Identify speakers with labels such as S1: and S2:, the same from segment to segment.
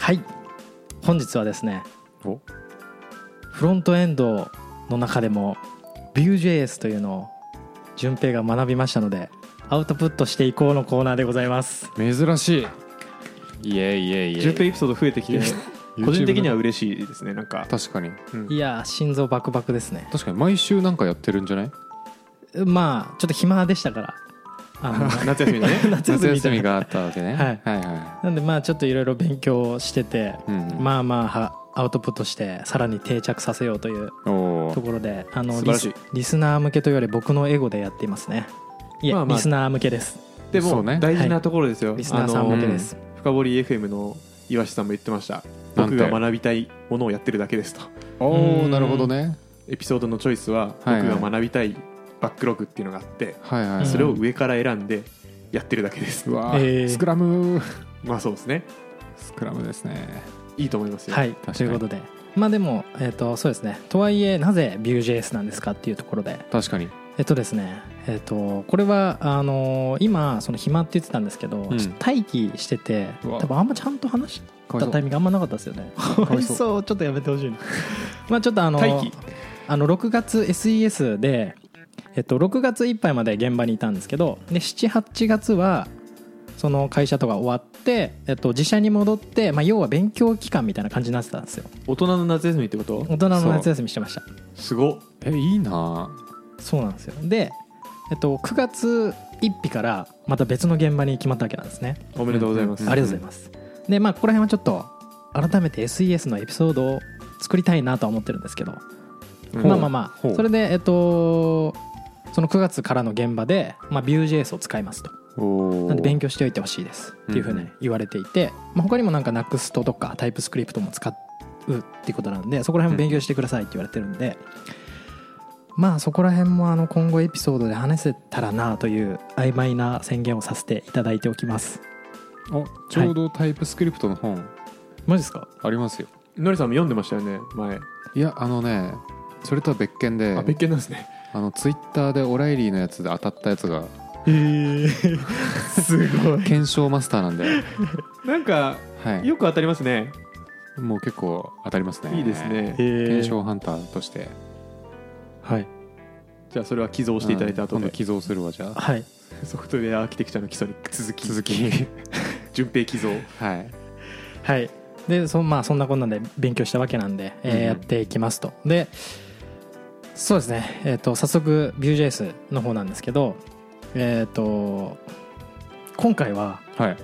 S1: はい本日はですね
S2: お
S1: フロントエンドの中でも Vue.js というのを順平が学びましたのでアウトプットしていこうのコーナーでございます
S2: 珍しいいえいえい
S3: 順平エピソード増えてきて個人的には嬉しいですねなんか
S2: 確かに
S3: うん
S1: いやー心臓バクバクですね
S2: 確かに毎週なんかやってるんじゃない
S1: まあちょっと暇でしたからあ の
S3: 夏休みのね
S1: 夏休
S2: 夏
S1: みみ
S2: 休
S1: たい
S2: み
S1: な
S2: があったわけね
S1: はい
S2: はいは
S1: なんでまあちょっといろいろ勉強してて、
S2: いうん
S1: まあまあはアウトプットしてさらに定着させようという
S2: おお
S1: ところであの
S3: 素晴
S1: リ
S3: らしい
S1: スリスナー向けというより僕のエゴでやっていますねいえ、
S3: まあまあ
S1: リスナー向けです
S3: で
S2: そ
S3: も
S2: うね
S3: 大事なところですよ
S1: リス
S3: あ
S1: ナーさん
S3: の
S1: 向けです、
S3: 深掘り FM の岩下さんも言ってました
S2: なん
S3: 僕
S2: て
S3: が学びたいものをやってるだけですと
S2: おーなるほどね
S3: エピソードのチョイスは僕
S2: はいはい
S3: が学びたいバックログっていうのがあって
S2: はいは
S1: う
S2: い
S1: ん
S3: それを上から選んでやってるだけです
S2: うわー
S1: えー
S2: スクラム
S3: まあそうですね
S2: スクラムですね
S3: いいと思いますよ
S1: はい
S2: かに
S1: ということでまあでも、えっとそうですねとはいえなぜ Vue.js なんですかっていうところで
S2: 確かに
S1: えっとですねえっとこれはあのー今その暇って言ってたんですけど、
S2: ん
S1: ちょっと待機してて
S2: うわ
S1: 多分あんまちゃんと話し
S2: かわ
S1: た
S2: い
S1: タ
S2: そ
S1: イミングあんまなかったですよね
S2: か わいそう
S1: うちょっとやめてほしいなまあちょっとあの
S3: 待機
S1: あの6月 SES で、えっと、6月いっぱいまで現場にいたんですけどで78月はその会社とか終わって、えっと、自社に戻って、まあ、要は勉強期間みたいな感じになってたんですよ
S3: 大人の夏休みってこと
S1: 大人の夏休みしてました
S3: すごっ
S2: うえいいな
S1: そうなんですよで、えっと、9月1日からまた別の現場に決まったわけなんですね、
S3: おめでとうございます
S2: うん
S1: ありがとうございますでまあここら辺はちょっと改めて SES のエピソードを作りたいなとは思ってるんですけど
S3: うん
S1: まあまあま
S2: ほう
S1: あそれでえっとその9月からの現場で、まあ、Vue.js を使いますと
S2: おお
S1: なんで勉強しておいてほしいですっていうふう
S2: うんう
S1: に
S2: ん
S1: 言われていて、まあ、他にもなんか NUXT とか TypeScript も使うっていうことなんでそこら辺も勉強してくださいって言われてるんで、まあそこら辺もあの今後エピソードで話せたらなという曖昧な宣言をさせていただいておきます
S2: あちょうどタイプスクリプトの本
S1: マジですか
S2: ありますよ
S3: のりさんも読んでましたよね前
S2: いやあのねそれとは別件で
S3: あ別件なんですね
S2: あのツイッターでオライリーのやつで当たったやつが
S1: へえ すごい
S2: 検証マスターな んで、
S3: なんか
S2: はい、
S3: よく当たりますね
S2: もう結構当たりますね
S3: いいですね
S2: 検証ハンターとして
S1: はい
S3: じゃあそれは寄贈していただいた後
S2: うん今
S3: で
S2: 度寄贈するわじゃあ
S1: はい
S3: ソフトウェアアーキテクチャの基礎に続き
S2: 続き
S3: 順平寄贈
S2: はい
S1: はい、でそ,、まあ、そんなこんなんで勉強したわけなんで、えー
S2: うんうん
S1: やっていきますとでそうですね、えー、と早速 Vue.js の方なんですけど、えー、と今回は、
S2: はい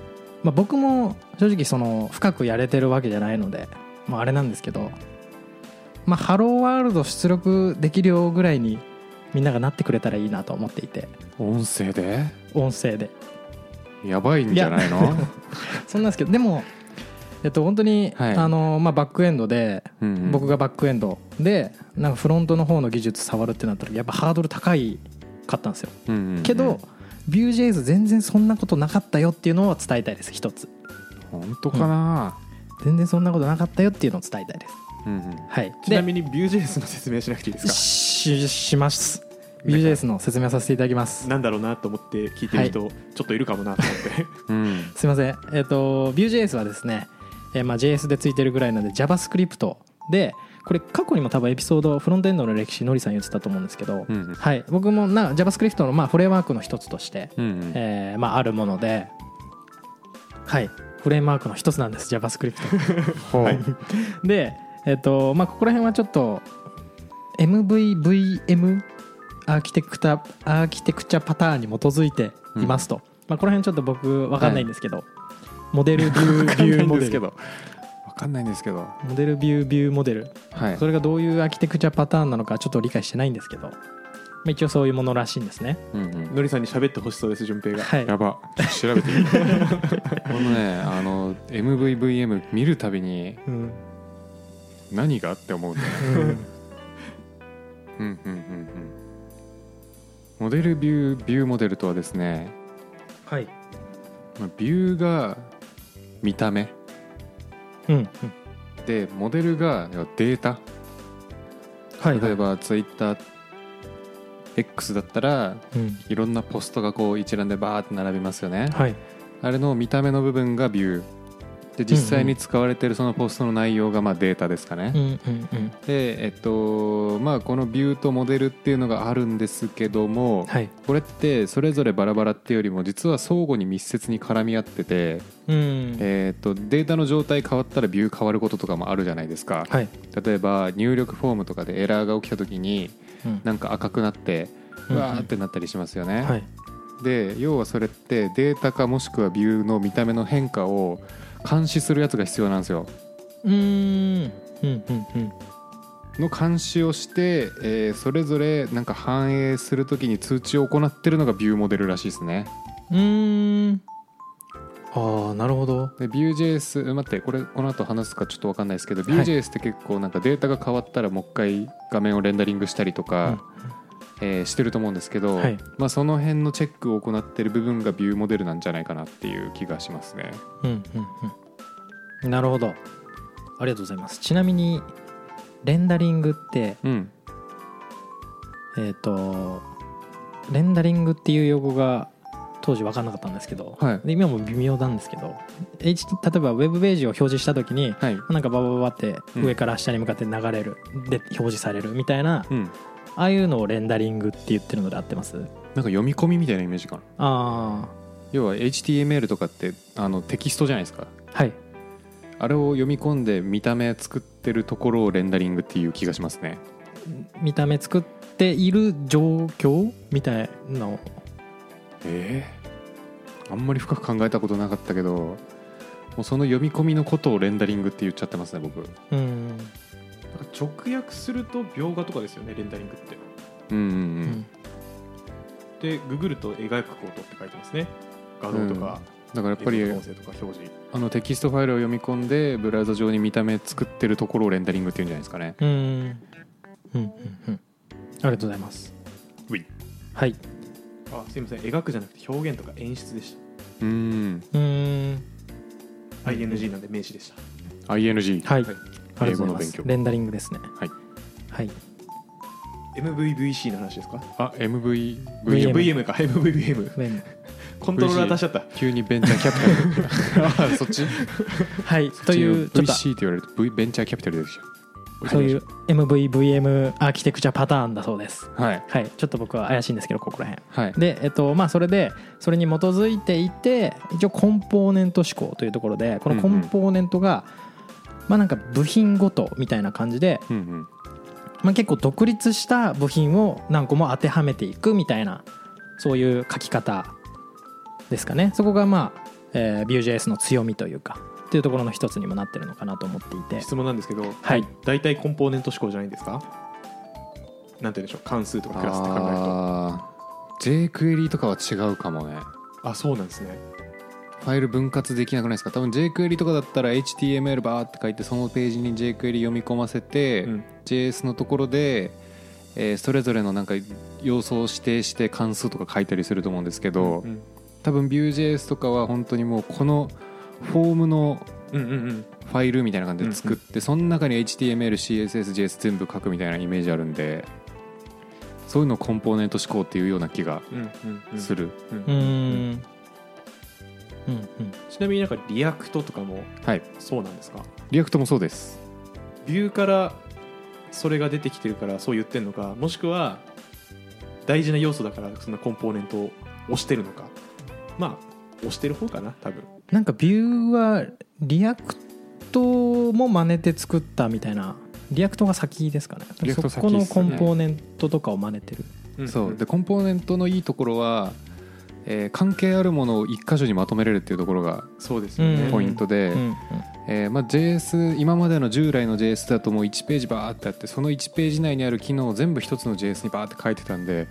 S1: まあ、僕も正直その深くやれてるわけじゃないので、まあ、あれなんですけど、まあ、ハローワールド出力できるよぐらいにみんながなってくれたらいいなと思っていて
S2: 音声で
S1: 音声で
S2: やばいんじゃないの
S1: そんなんですけどでも、えっと、本当に、
S2: はい
S1: あのまあ、バックエンドで
S2: うんうん
S1: 僕がバックエンドでなんかフロントの方の技術触るってなった時やっぱハードル高いかったんですよ
S2: うんうんうん
S1: けど、Vue.js 全然そんなことなかったよっていうのを伝えたいです一つ
S2: 本当かな、
S1: 全然そんなことなかったよっていうのを伝えたいです
S2: うんうん
S1: はい
S3: ちなみに Vue.js の説明しなくていいです
S1: で
S3: か
S1: しします Vue.js の説明をさせていただきます
S3: なんだろうなと思って聞いてる人、ちょっといるかもなと思って
S2: うん
S1: すいませんえっ、と Vue.js はですね、えーまあ、JS でついてるぐらいなんで JavaScript でこれ過去にも多分エピソードフロントエンドの歴史のりさん言ってたと思うんですけど、
S2: うんうん
S1: はい、僕もな JavaScript のまあフレームワークの一つとして、
S2: うんうん
S1: えーまあ、あるもので、はい、フレームワークの一つなんです JavaScript
S2: ほう
S3: はい
S1: で、えっとまあ、ここら辺はちょっと MVVM アーキテクタアーキテクチャパターンに基づいていますと、まあ、この辺ちょっと僕分かんないんですけど、モデルビュービューモデル
S3: ど
S2: わかんないんですけど
S1: モデルビュービューモデル
S2: はい
S1: それがどういうアーキテクチャパターンなのかちょっと理解してないんですけど、まあ、一応そういうものらしいんですね。
S2: うんうん
S3: のりさんに喋ってほしそうです順平が
S1: はい
S2: やば調べてみるこのねあの MVVM 見るたびに
S1: うん
S2: 何がって思うんだよね
S1: うん
S2: うんうんうんうんモデルビュービューモデルとはですね
S1: はい
S2: まあビューが見た目
S1: うんうん
S2: でモデルが要はデータ
S1: はい
S2: 例えばツイッター X だったら
S1: うん
S2: いろんなポストがこう一覧でバーって並びますよね
S1: はい
S2: あれの見た目の部分がビューで実際に使われてるそのポストの内容がまあデータですかね、
S1: うんうんうん
S2: でえっとまあこのビューとモデルっていうのがあるんですけども、
S1: はい
S2: これってそれぞれバラバラっていうよりも実は相互に密接に絡み合ってて、
S1: うん
S2: えっとデータの状態変わったらビュー変わることとかもあるじゃないですか、
S1: はい
S2: 例えば入力フォームとかでエラーが起きた時に
S1: うん
S2: なんか赤くなって
S1: うん
S2: うわーってなったりしますよね、
S1: はい
S2: で要はそれってデータ化もしくはビューの見た目の変化を監視するやつが必要なんですよ
S1: うーんうんうんうん
S2: の監視をして、えーそれぞれなんか反映するときに通知を行ってるのがビューモデルらしいですね
S1: うーんああなるほど
S2: で Vue.js 待ってこれこの後話すかちょっと分かんないですけど、
S1: い
S2: Vue.js って結構なんかデータが変わったらもう一回画面をレンダリングしたりとか、えーしてると思うんですけど、
S1: はい
S2: まあ、その辺のチェックを行ってる部分がビューモデルなんじゃないかなっていう気がしますね
S1: うんうんうんなるほどありがとうございますちなみにレンダリングって
S2: うん
S1: えっ、とレンダリングっていう用語が当時分かんなかったんですけど、
S2: はい
S1: で今も微妙なんですけど H 例えばウェブページを表示した時に
S2: はい
S1: なんかババババって
S2: うん
S1: 上から下に向かって流れる、で表示されるみたいな
S2: うん
S1: ああいうのをレンダリングって言ってるので合ってます
S2: なんか読み込みみたいなイメージかな
S1: あ
S2: 要は HTML とかってあのテキストじゃないですか
S1: あはい
S2: あれを読み込んで見た目作ってるところをレンダリングっていう気がしますね
S1: 見た目作っている状況みたいなの
S2: ええあんまり深く考えたことなかったけどもうその読み込みのことをレンダリングって言っちゃってますね僕
S1: うん
S3: 直訳すると描画とかですよねレンダリングって
S2: うんうん
S1: う
S2: うん
S1: ん
S3: でググると描くことって書いてますね画像とか、
S2: だからやっぱり
S3: 映像とか音声とか表示
S2: あのテキストファイルを読み込んでブラウザ上に見た目作ってるところをレンダリングっていうんじゃないですかね
S1: うんうんうんうんありがとうございます
S3: うい
S1: はい
S3: あすいません描くじゃなくて表現とか演出でし
S2: うん
S1: うーん
S3: た ING なんで名詞でした
S2: ING
S1: はい、
S3: はい
S1: ありがとうございま
S2: 英語の勉
S1: す
S2: 強
S1: レンダリングですね
S2: はい、
S1: はい、
S3: MVVC の話ですか
S2: あ
S1: VM
S2: MVV
S3: VM か MVVM
S1: レン
S3: コントローラー出しちゃった
S2: 急にベンチャーキャピタル あそっち
S1: はいというちょっと
S2: VC って言われると V ベンチャーキャピタルですよ
S1: そういう MVVM アーキテクチャパターンだそうです
S2: はい
S1: はいちょっと僕は怪しいんですけどここら辺
S2: はい
S1: でえっとまあそれでそれに基づいていて一応コンポーネント思考というところでこのコンポーネントが、まあなんか部品ごとみたいな感じで、
S2: うんうん
S1: まあ、結構独立した部品を何個も当てはめていくみたいなそういう書き方ですかねそこがまあ、えー Vue.js の強みというかっていうところの一つにもなってるのかなと思っていて
S3: 質問なんですけど
S1: はい
S3: 大体コンポーネント思考じゃないんですかなんて言うんでしょう関数とかクラスって考えると
S2: あー J クエリとかは違うかもね
S3: あそうなんですね
S2: ファイル分割できなくないですか多分 J クエリとかだったら HTML バーって書いてそのページに J クエリ読み込ませて、
S3: うん
S2: JS のところで、えーそれぞれのなんか要素を指定して関数とか書いたりすると思うんですけど、
S3: うん
S2: 多分 Vue.js とかは本当にもうこのフォームの
S3: うんうん
S2: ファイルみたいな感じで作って、その中に HTML、CSS、JS 全部書くみたいなイメージあるんでそういうのをコンポーネント思考っていうような気が
S3: うんうんうんうん
S2: する、
S3: うん
S1: うーんうんうん
S3: ちなみになんかリアクトとかも
S2: はい
S3: そうなんですか
S2: リアクトもそうです
S3: ビューからそれが出てきてるからそう言ってるのかもしくは大事な要素だからそんなコンポーネントを押してるのかまあ押してる方かな多分
S1: なんかビューはリアクトも真似て作ったみたいなリアクトが先ですかね
S2: リアクト
S1: そ
S2: 先
S1: この
S2: ですね
S1: コンポーネントとかを真似てる
S2: そうでコンポーネントのいいところは、えー関係あるものを一箇所にまとめれるっていうところが
S3: そうですよね、
S1: うん
S2: ポイントで、
S1: うん
S2: えーまあ、JS 今までの従来の JS だともう1ページバーってあってその1ページ内にある機能を全部一つの JS にバーって書いてたんで、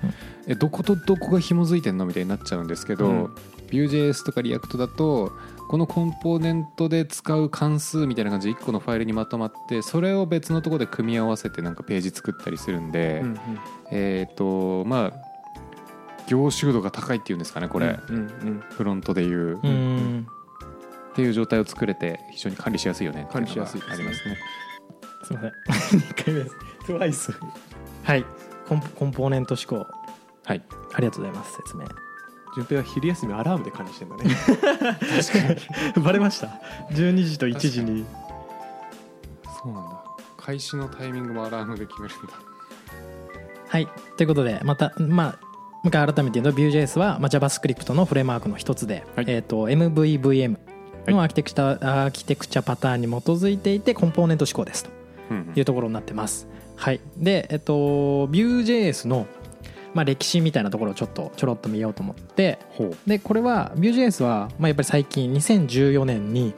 S2: えどことどこが紐づいてんのみたいになっちゃうんですけど、
S3: うん
S2: Vue.js とか React だとこのコンポーネントで使う関数みたいな感じで1個のファイルにまとまってそれを別のところで組み合わせてなんかページ作ったりするんで。
S3: うんうん
S2: えっ、とまあ凝集度が高いっていうんですかねこれ、
S3: うんうん
S2: フロントでいう、
S1: うんう
S2: っ
S1: ん
S2: ていう状態を作れて非常に管理しやすいよね
S3: 管理しやすいですね
S2: ってうのがありますね
S1: すいません 2回目です
S3: トワイス
S1: はいコンコンポーネント思考
S2: はい
S1: ありがとうございます説明
S3: 順平は昼休みアラームで管理してんだね
S1: バレました12時と1時に
S2: そうなんだ開始のタイミングもアラームで決めるんだ
S1: はいということでまたまあもう一回改めて言うと Vue.js は、まあ、JavaScript のフレームワークの一つで、
S2: はい
S1: えー、と MVVM のアーキテクチャ、アーキテクチャパターンに基づいていてコンポーネント指向ですと
S2: うんう
S1: いうんところになってます。はい、で、えっと、Vue.js の、まあ、歴史みたいなところをちょっとちょろっと見ようと思って
S2: ほう
S1: でこれは Vue.js は、まあ、やっぱり最近2014年に、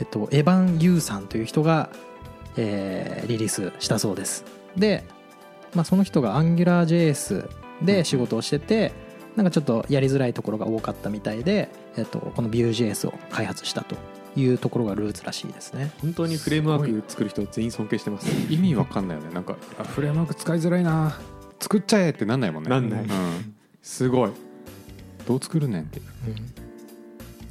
S1: えっと、エヴァン・ユーさんという人が、えーリリースしたそうですで、まあ、その人が AngularJS で仕事をしてて、なんかちょっとやりづらいところが多かったみたいで、えっと、この Vue.js を開発したというところがルーツらしいですね
S3: 本当にフレームワーク作る人全員尊敬してます
S2: 意味わかんないよねなんかあフレームワーク使いづらいな作っちゃえってなんないもんね
S3: なんない
S2: うん
S3: すごい
S2: どう作るねんって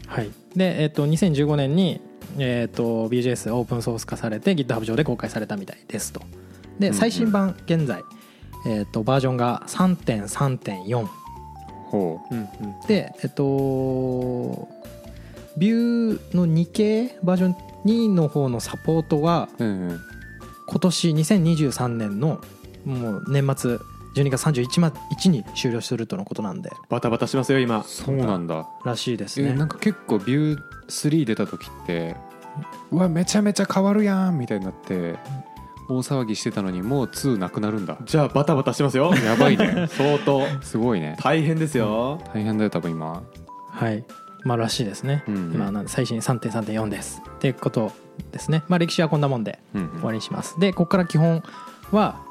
S1: はい、で、えっと2015年に、えっと BJS オープンソース化されて GitHub 上で公開されたみたいですと
S2: うんう
S1: で
S2: ん
S1: 最新版現在、えっとバージョンが3.3.4
S2: ほう
S3: うんうん
S1: でえっ、とビューの2系バージョン2の方のサポートは
S2: うんうん
S1: 今年2023年のもう年末12月31日に終了するとのことなんで
S3: バタバタしますよ今
S2: そうなんだ
S1: らしいです
S2: え
S1: ね
S2: なんか結構ビュー3出た時ってうわめちゃめちゃ変わるやんみたいになって大騒ぎしてたのにもう2なくなるんだ
S3: じゃあバタバタしてますよ
S2: やばいね
S3: 相当
S2: すごいね
S3: 大変ですよ、
S2: 大変だよ多分今
S1: はい、まあ、らしいですね、
S2: うんうん
S1: 今なんで最新3.3.4ですっていうことですね、まあ、歴史はこんなもんで
S2: うんうん
S1: 終わりにしますでここから基本は、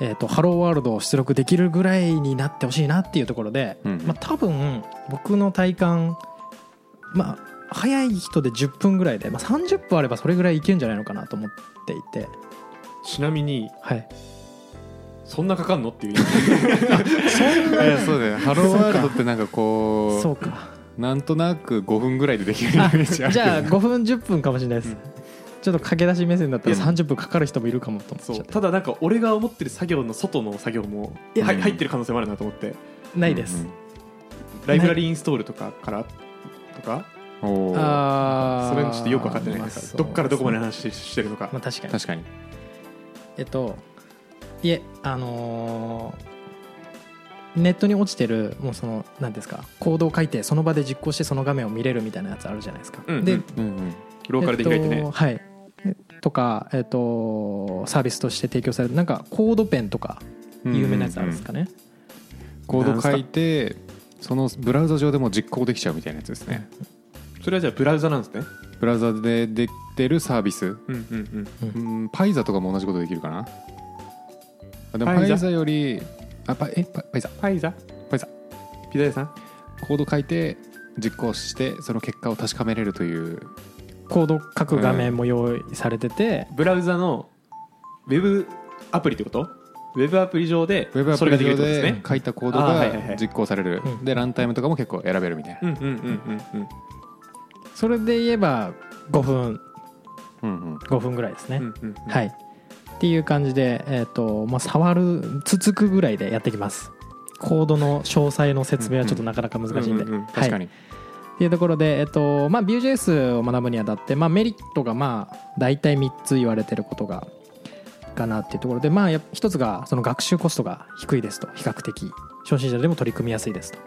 S1: えーと「ハローワールド」を出力できるぐらいになってほしいなっていうところで、
S2: うんうん
S1: まあ、多分僕の体感まあ早い人で10分ぐらいで、まあ、30分あればそれぐらいいけるんじゃないのかなと思っていて、
S3: ちなみに
S1: はい、
S3: そんなかかんのって いう
S2: いやそうだよハローワールドってなんか
S1: そ
S2: こ
S1: うか
S2: うなんとなく5分ぐらいでできるイメ
S1: あ
S2: ージある
S1: じゃあ
S2: け
S1: 5分10分かもしれないです、ちょっと駆け出し目線だったら30分かかる人もいるかもと思っちゃ
S3: そ
S1: っ
S3: う
S1: て
S3: ただなんか俺が思ってる作業の外の作業も
S1: いや
S3: はい入ってる可能性もあるなと思って
S2: ど
S1: ないです、
S3: ライブラリーインストールとかからと
S2: う
S3: か
S2: んうんおー
S1: あ
S3: それもちょっとよく分かってない
S1: ま
S3: か
S1: あ
S3: ら
S1: そう
S3: どっからどこまで話してるのか
S1: まあ確かに
S2: 確かに
S1: えっといえあのーネットに落ちてるもうその何ですかコードを書いてその場で実行してその画面を見れるみたいなやつあるじゃないですか、
S3: うんうん
S1: で
S3: うん
S2: うんうん
S3: ローカルで開い
S1: え
S3: て
S1: っ
S3: ね
S1: とはいとか、えっと、サービスとして提供されるなんかコードペンとか有名なやつあるんですかね、
S2: コード書いてそのブラウザ上でも実行できちゃうみたいなやつですね
S3: それはじゃあブラウザなんですね
S2: ブラウザでできてるサービス
S3: うんうんうん
S2: うんパイザとかも同じことできるかなあでも
S3: パ
S2: パ
S3: イザ
S2: イザよりあパイえパパイザ
S3: パイザ
S2: パイザ
S3: ピザ屋さん
S2: コード書いて実行してその結果を確かめれるという
S1: コード書く画面も用意されてて、
S3: ブラウザのウェブアプリってことウェブアプリ上で
S2: ウェブア
S3: そ
S2: プ
S3: れが
S2: リ
S3: できる
S2: 上
S3: ってことです
S2: で
S3: ね
S2: 書いたコード
S3: あーはいはいは
S2: が
S3: い
S2: 実行される
S1: うん
S2: でランタイムとかも結構選べるみたいな
S3: うんうんうんうん
S1: それで言えば5分
S2: うんうん
S1: 5分ぐらいですね、
S3: うんうんうんうん
S1: はい、っていう感じで、えーとまあ、触るつつくぐらいでやってきますコードの詳細の説明はちょっとなかなか難しいんで、
S3: うんうんうんうん
S1: はい
S2: 確かに
S1: っていうところで、えっとまあ、Vue.js を学ぶにあたって、まあ、メリットがまあ大体3つ言われてることがかなっていうところで、まあ、や一つがその学習コストが低いですと比較的初心者でも取り組みやすいですと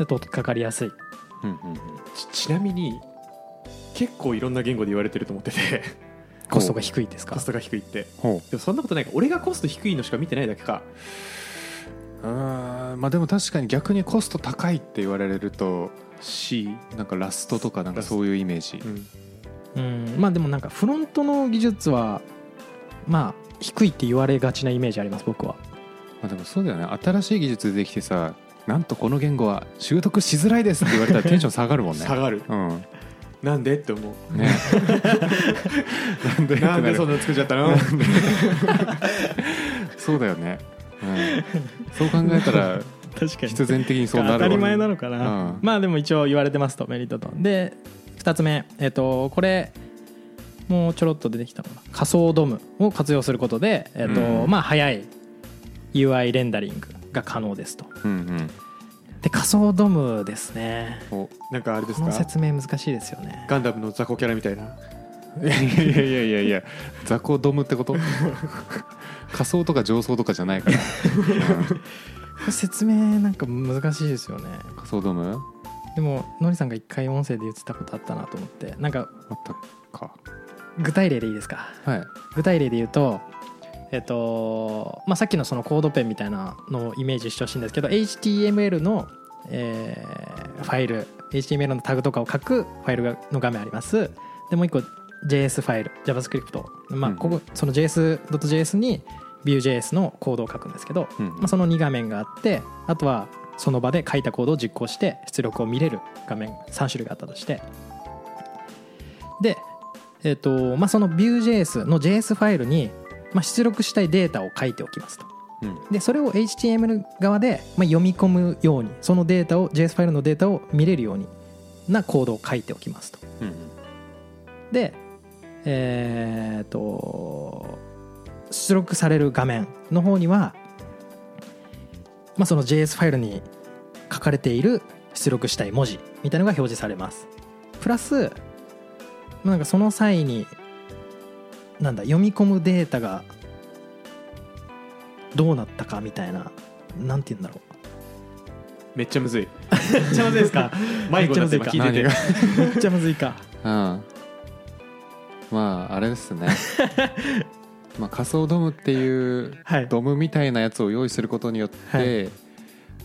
S1: で取っかかりやすい
S2: うんうんうん
S3: ちちなみに結構いろんな言語で言われてると思ってて
S1: コストが低いですか
S3: コストが低いって
S2: ほ
S3: でもそんなことないか俺がコスト低いのしか見てないだけか
S2: うあーまあでも確かに逆にコスト高いって言われると
S3: C
S2: なんかラストとかなんかそういうイメージ
S3: うん
S1: うんまあでもなんかフロントの技術はまあ低いって言われがちなイメージあります僕は
S2: まあでもそうだよね新しい技術できてさなんとこの言語は習得しづらいですって言われたらテンション下がるもんね
S3: 下がる
S2: うん
S3: なんでって思 う
S2: ねなんで
S3: なんでそん
S2: う
S3: なの作っちゃったの
S2: そうだよね、うん、そう考えたら
S1: 確か
S2: 必然的にそうなるわ
S1: 当たり前なのかな、
S2: うん
S1: まあでも一応言われてますとメリットとで2つ目えっ、とこれもうちょろっと出てきたのが仮想ドムを活用することで、えっと
S2: うん
S1: まあ早い UI レンダリングが可能ですと
S2: うんうん
S1: で仮想ドムですね
S2: お
S3: なんかあれです
S1: この
S3: か
S1: 説明難しいですよね
S3: ガンダムの雑魚キャラみたいない
S2: やいやいやいやいや雑魚ドムってこと 仮想とか上層とかじゃないから、うん
S1: これ説明なんか難しいですよね
S2: 仮想ドム
S1: でものりさんが一回音声で言ってたことあったなと思ってなんか
S2: あったか
S1: 具体例でいいですか
S2: はい
S1: 具体例で言うとえっとまあ、さっきのそのコードペンみたいなのをイメージしてほしいんですけど HTML の、えーファイル HTML のタグとかを書くファイルがの画面ありますでもう一個 JS ファイル JavaScript、まあ、
S2: うん
S1: ここその JS.js に Vue.js のコードを書くんですけど、
S2: うん
S1: まあ、その2画面があってあとはその場で書いたコードを実行して出力を見れる画面3種類があったとしてで、えっとまあ、その Vue.js の JS ファイルに、まあ、出力したいデータを書いておきますと
S2: うん
S1: でそれを HTML 側で、まあ、読み込むようにそのデータを JS ファイルのデータを見れるようになコードを書いておきますと
S2: うん
S1: でえーっと出力される画面の方には、まあ、その JS ファイルに書かれている出力したい文字みたいなのが表示されますプラスなんかその際になんだ読み込むデータがどうなったかみたいななんて言うんだろ
S3: めっちゃむずい
S1: うめっちゃむずいですか
S3: 迷子になって今
S1: めっ
S3: 聞
S1: ち
S3: い
S1: ゃ
S3: て
S2: 何
S3: て
S2: が
S1: めっちゃむずいか
S2: うんまああれで すねまあ仮想ドムっていう
S1: はい
S2: ドムみたいなやつを用意することによって、
S1: はい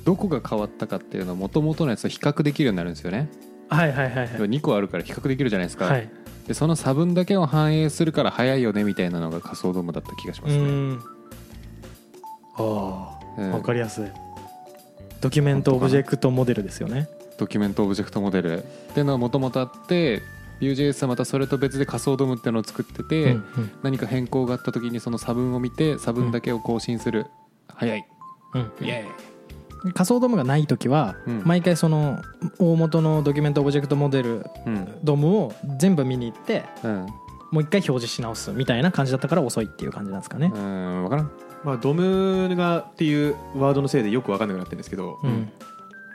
S2: どこが変わったかっていうのはもともとのやつと比較できるようになるんですよね
S1: はいはいはいはい
S2: 2個あるから比較できるじゃないですか、
S1: はい
S2: でその差分だけを反映するから早いよねみたいなのが仮想ドームだった気がし
S1: う
S2: ますね、
S1: ーんああ
S2: うん
S1: わかりやすいドキュメントオブジェクトモデルですよね
S2: ドキュメントオブジェクトモデルっていうのはもともとあって Vue.js はまたそれと別で仮想ドームっていうのを作ってて、
S1: うん
S2: 何か変更があった時にその差分を見て差分だけを更新する、早い
S1: うん
S2: イエ
S1: うん仮想ドムがない時は、
S2: うん
S1: 毎回その大元のドキュメントオブジェクトモデル
S2: ーイうん、
S1: ドムを全部見に行って
S2: うん
S1: もう一回表示し直すみたいな感じだったから遅いっていう感じなんですかね、
S2: うん、分からん
S3: まあドムがっていうワードのせいでよく分かんなくなってるんですけど、
S1: うん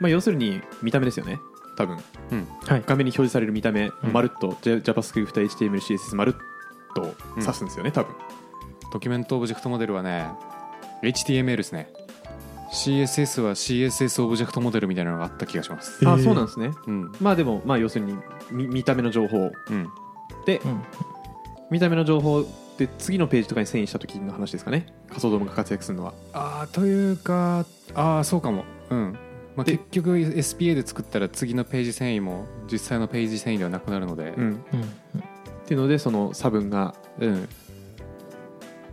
S3: まあ、要するに見た目ですよね多分
S2: うん
S1: はい、
S3: 画面に表示される見た目、
S1: うん
S3: まるっと J- JavaScript、HTML、CSS まるっと指すんですよね、多分
S2: ドキュメントオブジェクトモデルはね HTML ですね CSS は CSS オブジェクトモデルみたいなのがあった気がします
S1: ー
S3: あそうなんですね
S2: うん
S3: まあでも、まあ、要するに見見た目の情報
S2: うん
S3: で、
S1: うん
S3: 見た目の情報で次のページとかに遷移した時の話ですかね仮想ドームが活躍するのは
S2: あーというかあーそうかもうん、まあ、
S3: で
S2: 結局 SPA で作ったら次のページ遷移も実際のページ遷移ではなくなるので、
S3: うん
S1: うん
S3: っていうのでその差分が
S2: うん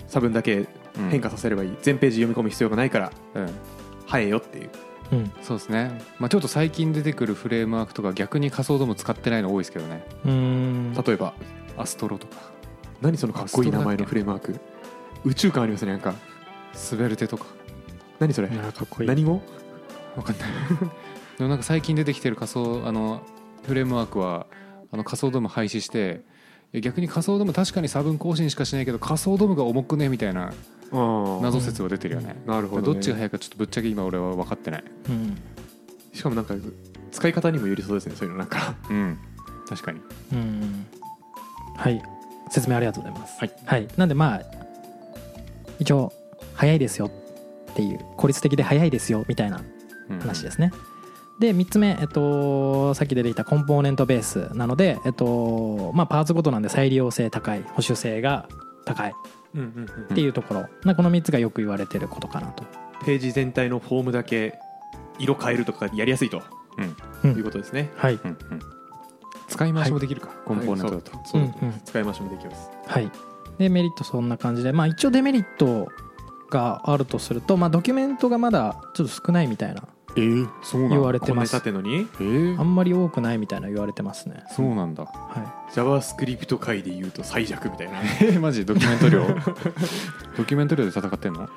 S3: 差分だけ
S2: うん
S3: 変化させればいい、全ページ読み込む必要がないから
S2: うん
S3: 早いよっていう
S1: うん
S2: そうですね、まあ、ちょっと最近出てくるフレームワークとか逆に仮想ドーム使ってないの多いですけどね
S1: うーん
S3: 例えば
S2: アストロとか
S3: 何そのかっこいい名前の
S2: あ
S3: フレームワーク宇宙感ありますねなんか
S2: スベルテとか
S3: 何それ
S1: いやかっこいい
S3: 何語
S2: 分かんない でもなんか最近出てきてる仮想あのフレームワークはあの仮想ドーム廃止していや逆に仮想ドーム確かに差分更新しかしないけど仮想ドームが重くねみたいな
S3: 謎
S2: 謎説は出てるよね、
S3: なるほ
S2: ど
S3: ど、
S2: っちが早いかちょっとぶっちゃけ今俺は分かってない
S1: うん
S3: しかもなんか使い方にもよりそうですねそういうのなんか
S2: うん確かに
S1: うんはい説明ありがとうございます
S2: はい、、
S1: なんでまあ一応早いですよっていう効率的で早いですよみたいな話ですすね。で3つ目、えっと、さっき出てきたコンポーネントベースなので、えっとまあ、パーツごとなんで再利用性高い保守性が高い
S3: うんうんうん
S1: っていうところ、まあこの3つがよく言われてることかなと、
S3: ページ全体のフォームだけ色変えるとかやりやすいと
S2: うん
S1: う
S3: いうんことですね、
S1: はい
S2: うんうん、使い回しもできるか、コンポーネントだと、
S3: はいそうそうだと思います
S1: うんうん
S3: 使い回しもできます
S1: はい、でメリットそんな感じで、まあ、一応デメリットがあるとすると、まあ、ドキュメントがまだちょっと少ないみたいな
S2: えーそうな
S1: 言わ
S2: んだ
S1: れて
S3: こん
S1: ま
S3: なに立
S1: す
S3: ってんのに
S2: え
S1: あ
S2: ー
S1: んまり多くないみたいな言われてますね、
S2: そうなんだ
S1: は
S3: JavaScript 界で言うと最弱みたいな
S2: えーマジドキュメント量ドキュメント量で戦ってんの
S1: い、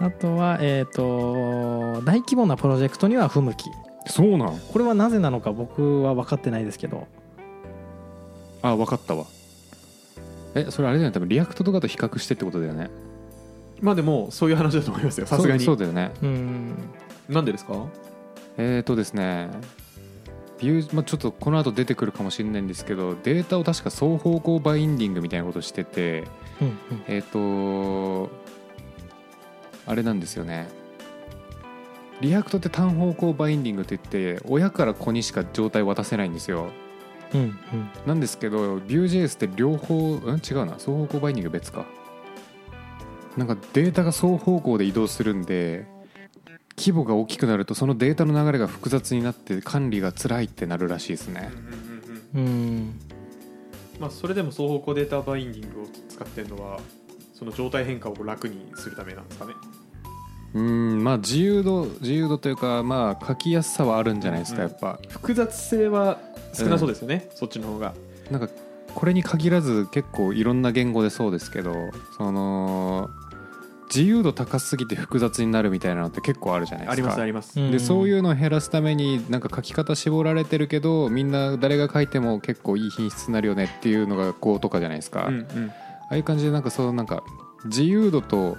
S1: あとは、えっと大規模なプロジェクトには不向き
S2: そうなん
S1: これはなぜなのか僕は分かってないですけど
S2: あ分かったわえそれあれだよね多分リアクトとかと比較してってことだよね
S3: まあでもそういう話だと思いますよさすがに
S2: そうそうだよね
S1: うん
S3: なんでですか
S2: えーとですねビュー、まあ、ちょっとこの後出てくるかもしれないんですけどデータを確か双方向バインディングみたいなことしてて
S1: うんうん
S2: えっ、とあれなんですよねリアクトって単方向バインディングといって親から子にしか状態渡せないんですよ
S1: うんうん
S2: なんですけど Vue.js って両方うん違うな双方向バインディング別かなんかデータが双方向で移動するんで規模が大きくなるとそのデータの流れが複雑になって管理が辛いってなるらしいですね
S1: うん
S3: まあ、それでも双方向データバインディングを使ってるのはその状態変化を楽にするためなんですかね
S2: うんまあ自由度自由度というかまあ書きやすさはあるんじゃないですかやっぱ、
S3: 複雑性は少なそうですよね、そっちの方が
S2: なんかこれに限らず結構いろんな言語でそうですけどその自由度高すぎて複雑になるみたいなのって結構あるじゃないですか
S3: ありますあります、
S1: うん
S2: でそういうのを減らすためになんか書き方絞られてるけどみんな誰が書いても結構いい品質になるよねっていうのが Go とかじゃないですか、
S3: うん
S2: あ
S3: うん
S2: あいう感じでなんかそのなんか自由度と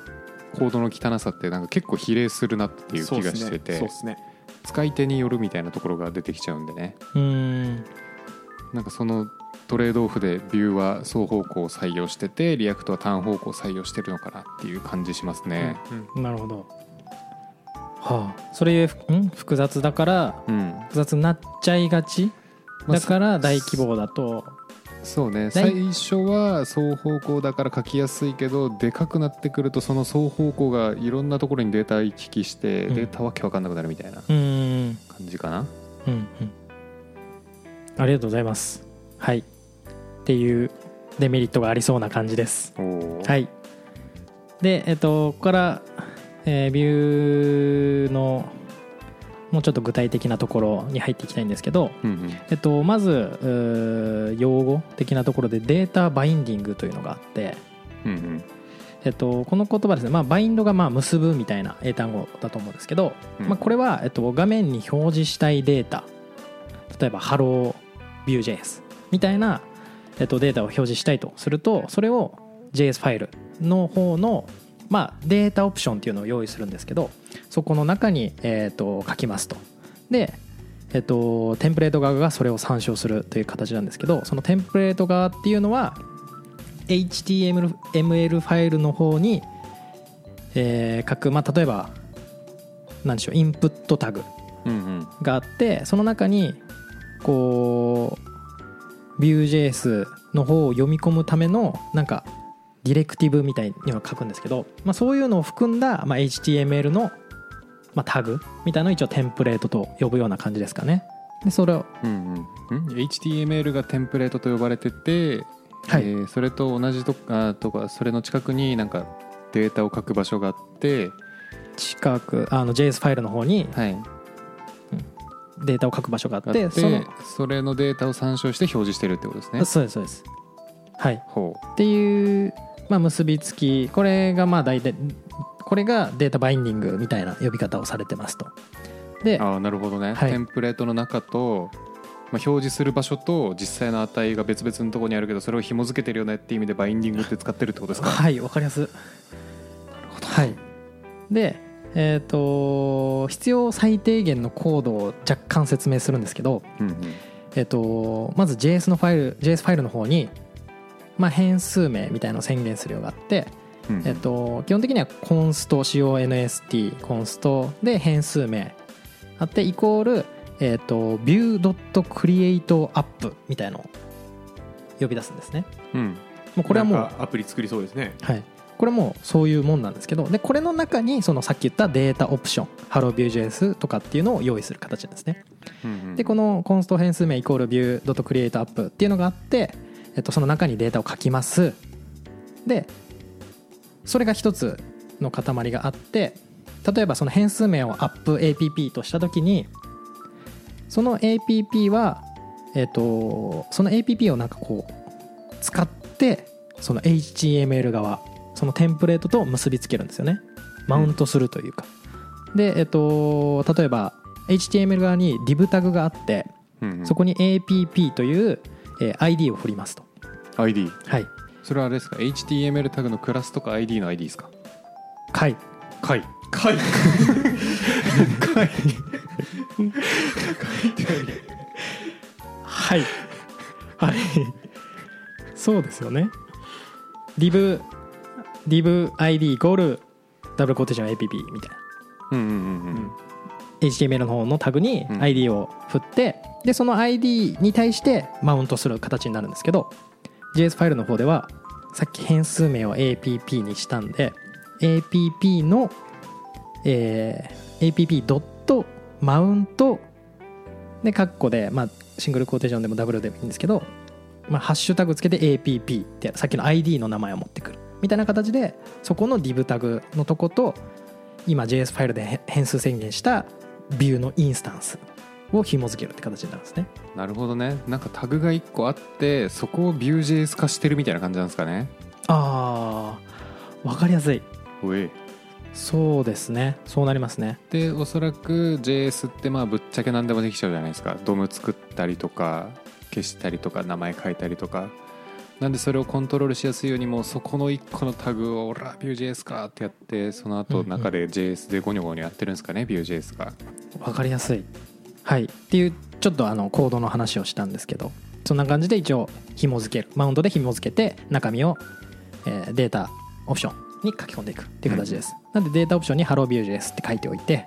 S2: コードの汚さってなんか結構比例するなっていう気がしてて、
S3: そうですね
S2: 使い手によるみたいなところが出てきちゃうんでね
S1: うん
S2: なんかそのトレードオフでビューは双方向を採用しててリアクトは単方向を採用してるのかなっていう感じします
S3: そうで
S2: ね。
S3: すねうん
S1: なるほどはあそれゆえふん複雑だから
S2: うん
S1: 複雑になっちゃいがち
S2: まあ
S1: だから大規模だと
S2: そうね
S1: だい
S2: 最初は双方向だから書きやすいけどでかくなってくるとその双方向がいろんなところにデータ行き来して、
S1: うん
S2: データわけわかんなくなるみたいな
S1: うんうん
S2: 感じかな
S1: うんありがとうございますはいっていうデメリットがありそうな感じです
S2: おー
S1: はいでえっとここから、えービューのもうちょっと具体的なところに入っていきたいんですけど、
S2: うんうん
S1: えっと、まずうー用語的なところでデータバインディングというのがあって、
S2: うんうん
S1: えっと、この言葉ですね、まあ、バインドがまあ結ぶみたいな英単語だと思うんですけど、
S2: うん
S1: まあ、これは、えっと、画面に表示したいデータ例えば HelloViewJS みたいな、えっと、データを表示したいとするとそれを JS ファイルの方の、まあ、データオプションっていうのを用意するんですけどそこの中に、えっと、書きますとで、えっと、テンプレート側がそれを参照するという形なんですけどそのテンプレート側っていうのは HTML ファイルの方に、えー書く、まあ、例えば何でしょうインプットタグ
S2: うんうん
S1: があってその中にこう Vue.js の方を読み込むためのなんかディレクティブみたいには書くんですけど、まあ、そういうのを含んだ、まあ、HTML の、まあ、タグみたいなのを一応テンプレートと呼ぶような感じですかね。でそれを
S2: うんうんん HTML がテンプレートと呼ばれてて、
S1: はい
S2: えーそれと同じとかとかそれの近くになんかデータを書く場所があって、
S1: 近くあの JS ファイルの方に
S2: はい、
S1: データを書く場所があっ
S2: あってて
S1: その
S2: それのデータを参照して表示してるってことですね。
S1: そうですそうですはい
S2: ほ
S1: っていう、まあ、結びつきこれがまあ大体これがデータバインディングみたいな呼び方をされてますとで
S2: うああなるほどね、
S1: はい
S2: テンプレートの中と、まあ、表示する場所と実際の値が別々のところにあるけどそれを紐付けてるよねっていう意味でバインディングって使ってるってこと ですか。
S1: はいわかりやすなるほどはいでえっ、と必要最低限のコードを若干説明するんですけど、
S2: うんうん
S1: えっとまず JS のファイル JS ファイルの方に、まあ、変数名みたいなのを宣言するようがあって、
S2: うんうん
S1: えっと、基本的にはコンスト CONST コンストで変数名あってイコール、えっと、view.createUp みたいのを呼び出すんですね
S2: うん
S1: もうこれはも
S3: な、
S1: うん
S3: かアプリ作りそうですね
S1: はい、これもうそういうもんなんですけどでこれの中にそのさっき言ったデータオプション HelloViewJS とかっていうのを用意する形なんですね
S2: うんうん
S1: でこのコンスト変数名イコールビュードットクリエイトアップっていうのがあって、えっと、その中にデータを書きますでそれが一つの塊があって例えばその変数名をアップ APP とした時にその APP は、えっと、その APP をなんかこう使ってその HTML 側そのテンプレートと結びつけるんですよねマウントするというか、で、えっと、例えば HTML 側に div タグがあって
S2: うんうん
S1: そこに APP という、えー ID を振りますと
S2: ID
S1: はい
S2: それはあれですか HTML タグのクラスとか ID の ID ですか
S1: はい
S3: かいかい
S1: はいはいそうですよね DivDivID イコールダブルコーテーション APP みたいな
S2: うんうんうんうん
S1: HTML の方のタグに
S2: うん
S1: ID を振って、でその ID に対してマウントする形になるんですけど JS ファイルの方ではさっき変数名を APP にしたんで APP の、えー APP.mount でカッコで、まあ、シングルコーテーションでもダブルでもいいんですけど、まあ、ハッシュタグつけて APP ってさっきの ID の名前を持ってくるみたいな形でそこの div タグのとこと今 JS ファイルで変数宣言したビューのインスタンスを紐付けるって形になるんですね
S2: なるほどねなんかタグが1個あってそこを Vue.js 化してるみたいな感じなんですかね
S1: あーわかりやすいそうですねそうなりますね
S2: でおそらく JS ってまあぶっちゃけ何でもできちゃうじゃないですかドム作ったりとか消したりとか名前変えたりとかなんでそれをコントロールしやすいようにもうそこの1個のタグを「オラ Vue.js か」ってやってその後中で JS でゴニョゴニョやってるんですかね Vue.js が
S1: わかりやすいはいっていうちょっとあのコードの話をしたんですけどそんな感じで一応紐付けるマウントで紐付けて中身を、えーデータオプションに書き込んでいくっていう形です、なんでデータオプションに HelloViewJS って書いておいて、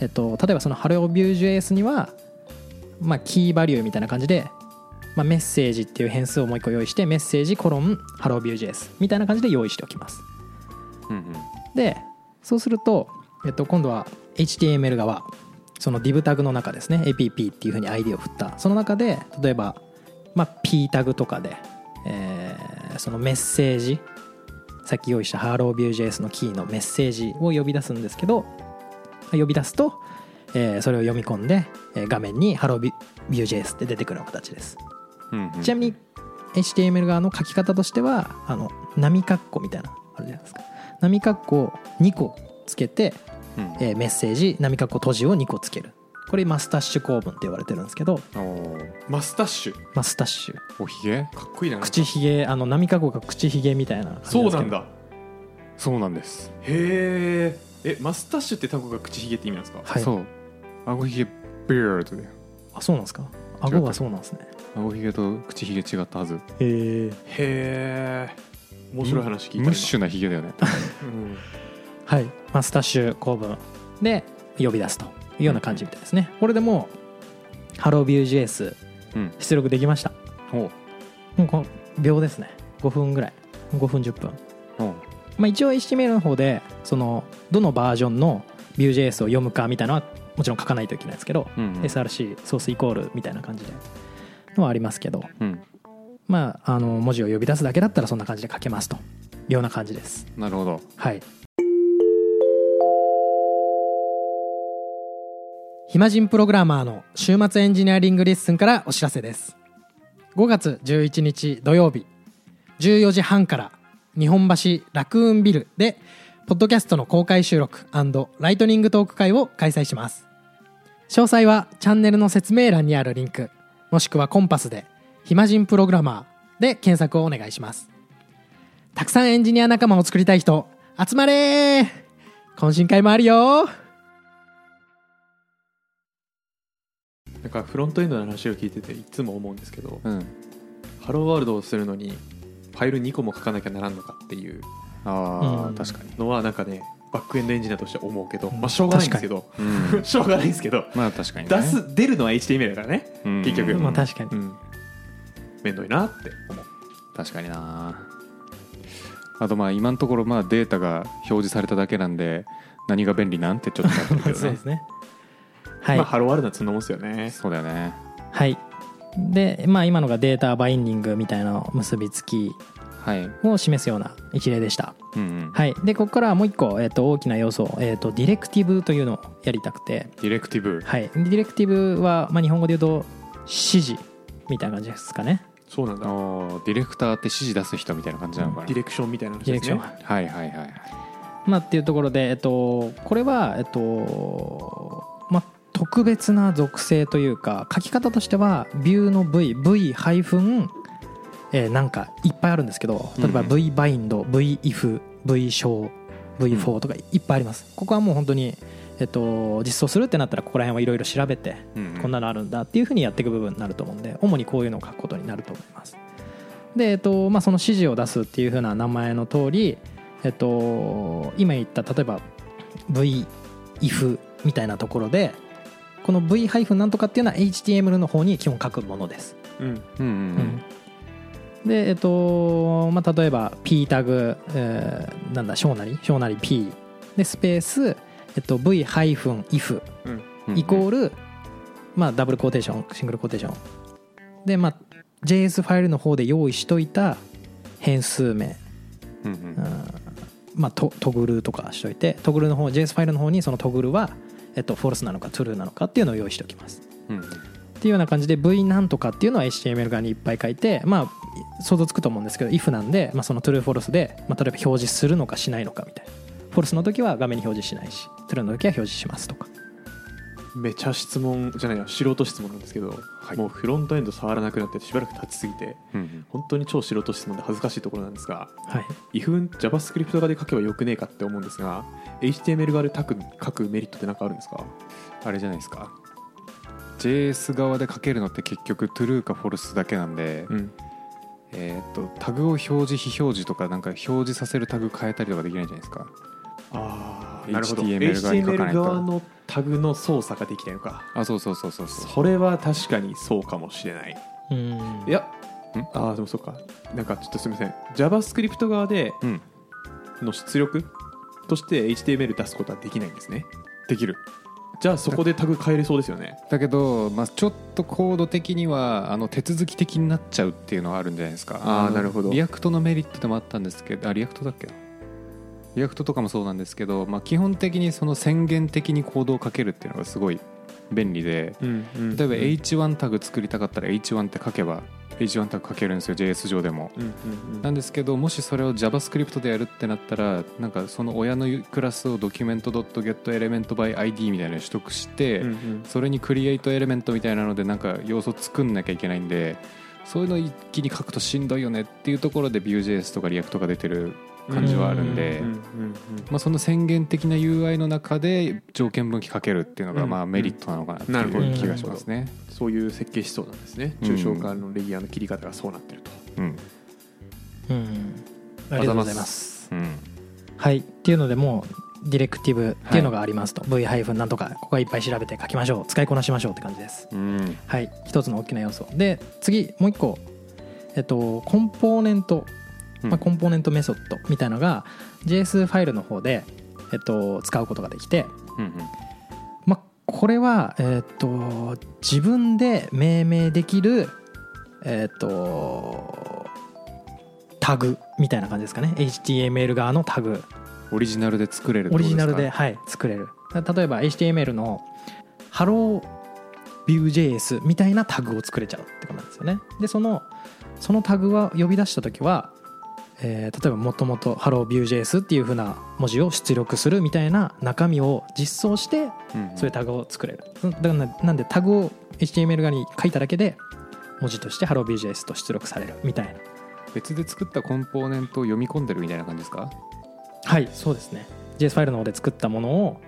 S1: えっと、例えばその HelloViewJS には、まあ、キーバリューみたいな感じで、まあ、メッセージっていう変数をもう一個用意してメッセージコロン HelloViewJS みたいな感じで用意しておきます
S2: うんうん
S1: でそうすると、えっと、今度は HTML 側その div タグの中ですね app っていうふうに ID を振ったその中で例えば、まあ、p タグとかで、えーそのメッセージさっき用意した HelloViewJS のキーのメッセージを呼び出すんですけど呼び出すと、えーそれを読み込んで、えー画面に HelloViewJS って出てくるような形です
S2: うんうん
S1: ちなみに HTML 側の書き方としてはあの波括弧みたいなのあるじゃないですか波括弧を2個つけて、
S2: うん
S1: えーメッセージ波括弧閉じを2個つけるこれマスタッシュ構文って言われてるんですけど
S2: おー
S3: マスタッシュ
S1: マスタッシュ
S2: おひげ
S3: かっこいいななんか
S1: 口ひげあの波括弧が口ひげみたいな感じ
S3: そう
S1: です
S3: な
S1: けど
S3: んだ
S2: そうなんです、
S3: へええマスタッシュって単語が口ひげって意味なんですか
S1: はい
S2: そう顎ひげビールドで
S1: あそうなんですか顎がそうなんですね
S2: 顎ひげと口ひげ違ったはず
S1: へえ
S3: へえ面白い話聞いた
S2: ムッシュなひげだよね
S3: ュ、うん
S1: はいマスタッシュ構文で呼び出すというような感じみたいですね、これでもう HelloViewJS
S2: うん
S1: 出力できました
S2: おう
S1: もうこの秒ですね5分ぐらい5分10分、
S2: おう
S1: まあ、一応 HTML の方でそのどのバージョンの Vue.js を読むかみたいなのはもちろん書かないといけないですけど、
S2: うんうん
S1: SRC ソースイコールみたいな感じでのはありますけど
S2: うん
S1: まああの文字を呼び出すだけだったらそんな感じで書けますというような感じです
S2: なるほど
S1: はい暇人プログラマーの週末エンジニアリングレッスンからお知らせです5月11日土曜日14時半から日本橋ラクーンビルでポッドキャストの公開収録ライトニングトーク会を開催します詳細はチャンネルの説明欄にあるリンクもしくはコンパスで「暇人プログラマー」で検索をお願いしますたくさんエンジニア仲間を作りたい人集まれー懇親会もあるよ
S3: なんかフロントエンドの話を聞いてていつも思うんですけど
S2: うん
S3: ハローワールドをするのにファイル2個も書かなきゃならんのかっていう
S2: ああ、
S1: うん
S2: 確かに、
S3: のはなんかねバックエンドエンジニアとしては思うけど、
S1: うん
S3: まあ、しょうがないんですけどしょうがないんですけど
S2: まあ確かに、ね、
S3: 出す出るのは HTML だからね、
S2: うん
S3: 結局、
S2: うん
S1: まあ確かに
S3: うん、めんどいなって思う
S2: 確かになあとまあ今のところまあデータが表示されただけなんで何が便利なんてちょっとなってるけど
S1: そう
S2: ね
S1: ですねはい、
S3: まあハローワールドはそんなもんですよね
S2: そうだよね
S1: はいでまあ今のがデータバインディングみたいな結びつき
S2: はいうん
S1: を示すような一例でした
S2: うん
S1: はいでここからはもう一個、えっと大きな要素、えっとディレクティブというのをやりたくて
S2: ディレクティブ
S1: はいディレクティブは、まあ、日本語で言うと指示みたいな感じですかね
S3: そうなんだ
S2: おーディレクターって指示出す人みたいな感じなのかな
S3: ディレクションみたいな話
S1: ディレ
S3: で
S1: ク
S3: す
S1: ション
S3: ね
S1: は
S2: はいはいはい
S1: まあ、っていうところで、えっと、これは、えっとまあ、特別な属性というか書き方としてはビューの V V ハイフン、えーなんかいっぱいあるんですけど例えば
S2: うんう
S1: V バインド V if V 小 V4 とかいっぱいあります、ここはもう本当にえっと、実装するってなったらここら辺はいろいろ調べて
S2: うん
S1: こんなのあるんだっていうふうにやっていく部分になると思うんで主にこういうのを書くことになると思いますで、えっとまあ、その指示を出すっていうふうな名前の通り、えっと、今言った例えば VIF みたいなところでこの V- なんとかっていうのは HTML の方に基本書くものです
S3: うん
S2: うんうん
S1: でえっとまあ、例えば P タグ、えーなんだ小なり小なり P でスペース、えっと、V-if
S2: うん
S1: イコール、まあ、ダブルコーテーションシングルコーテーションで、まあ、JS ファイルの方で用意しといた変数名、
S2: うんう
S1: うんんまあ、トトグルとかしといてトグルの方 JS ファイルの方にそのトグルは、えっと、フォルスなのかトゥルーなのかっていうのを用意しておきます
S2: う
S1: っ
S2: ん
S1: ていうような感じで V なんとかっていうのは HTML 側にいっぱい書いてまあ想像つくと思うんですけど if なんで、まあ、その true false で、まあ、例えば表示するのかしないのかみたいな false の時は画面に表示しないし true の時は表示しますとか
S3: めちゃ質問じゃないや素人質問なんですけど、もうフロントエンド触らなくなってしばらく経ちすぎて
S2: うん
S3: 本当に超素人質問で恥ずかしいところなんですが
S1: はい、
S3: if JavaScript 側で書けばよくねえかって思うんですが HTML 側で書く書くメリットって何かあるんですか
S2: あれじゃないですか JS 側で書けるのって結局 True か False だけなんで、
S3: うん
S2: えーっとタグを表示非表示とかなんか表示させるタグ変えたりとかできないじゃないですか
S3: あ
S2: ー
S3: あなるほど
S2: HTML 側に書かない
S3: HTML
S2: と
S3: 側のタグの操作ができないのか
S2: あそうそうそうそうそう
S3: それは確かにそうかもしれない
S1: うん
S3: いや
S2: ん
S3: ああでもそうかなんかちょっとすみません JavaScript 側で
S2: うん
S3: の出力として HTML 出すことはできないんですね
S2: できる
S3: じゃあそこでタグ変えれそうですよね
S2: だけど、まあ、ちょっとコード的にはあの手続き的になっちゃうっていうのはあるんじゃないですか
S3: あー
S2: の
S3: なるほど
S2: リアクトのメリットでもあったんですけどあリアクトだっけリアクトとかもそうなんですけど、まあ、基本的にその宣言的にコードをかけるっていうのがすごい便利で
S3: うん、うん
S2: 例えば H1 タグ作りたかったら H1 って書けば H1 タグ書けるんですよ JS 上でも
S3: うんうんう
S2: なんんですけどもしそれを JavaScript でやるってなったらなんかその親のクラスを document.getElementById みたいなのに取得して、
S3: うんうん
S2: それにクリエイトエレメントみたいなのでなんか要素作んなきゃいけないんでそういうの一気に書くとしんどいよねっていうところで Vue.js とか React が出てる感じはあるんで
S3: うんうんうん
S2: まあ、その宣言的な UI の中で条件分岐書けるっていうのがま
S3: う
S2: あ
S3: ん
S2: メリットなのかなって
S3: なるほ
S1: ど
S2: いう気がしますね。
S3: そういう設計思想なんですね
S2: うん
S3: 抽象化のレイヤーの切り方がそうなってると、
S2: うん
S1: うんありがとうございます
S2: うん
S1: はいっていうのでもうディレクティブっていうのがありますと、V- なんとかここはいっぱい調べて書きましょう使いこなしましょうって感じです
S2: うん
S1: はい一つの大きな要素で次もう一個えっとコンポーネント、
S2: うん
S1: まあ、コンポーネントメソッドみたいのが JS ファイルの方で、えっと、使うことができて、
S2: うんうん
S1: まあ、これは、えっと、自分で命名できるえっとタグみたいな感じですかね HTML 側のタグ
S2: オリジナルで作れるって
S1: オ
S2: こと
S1: リ
S2: す
S1: ジ
S2: か
S1: ナルで、はい、作れる例えば HTML の「HelloViewJS」みたいなタグを作れちゃうってことなんですよねでそのそのタグは呼び出した時は、えー例えばもともと「HelloViewJS」っていう風な文字を出力するみたいな中身を実装して
S2: うんうん
S1: そういうタグを作れるそだからななんでタグを HTML 側に書いただけで文字として「HelloViewJS」と出力されるみたいな
S2: 別で作ったコンポーネントを読み込んでるみたいな感じですか
S1: はいそうですね JS ファイルの方で作ったものを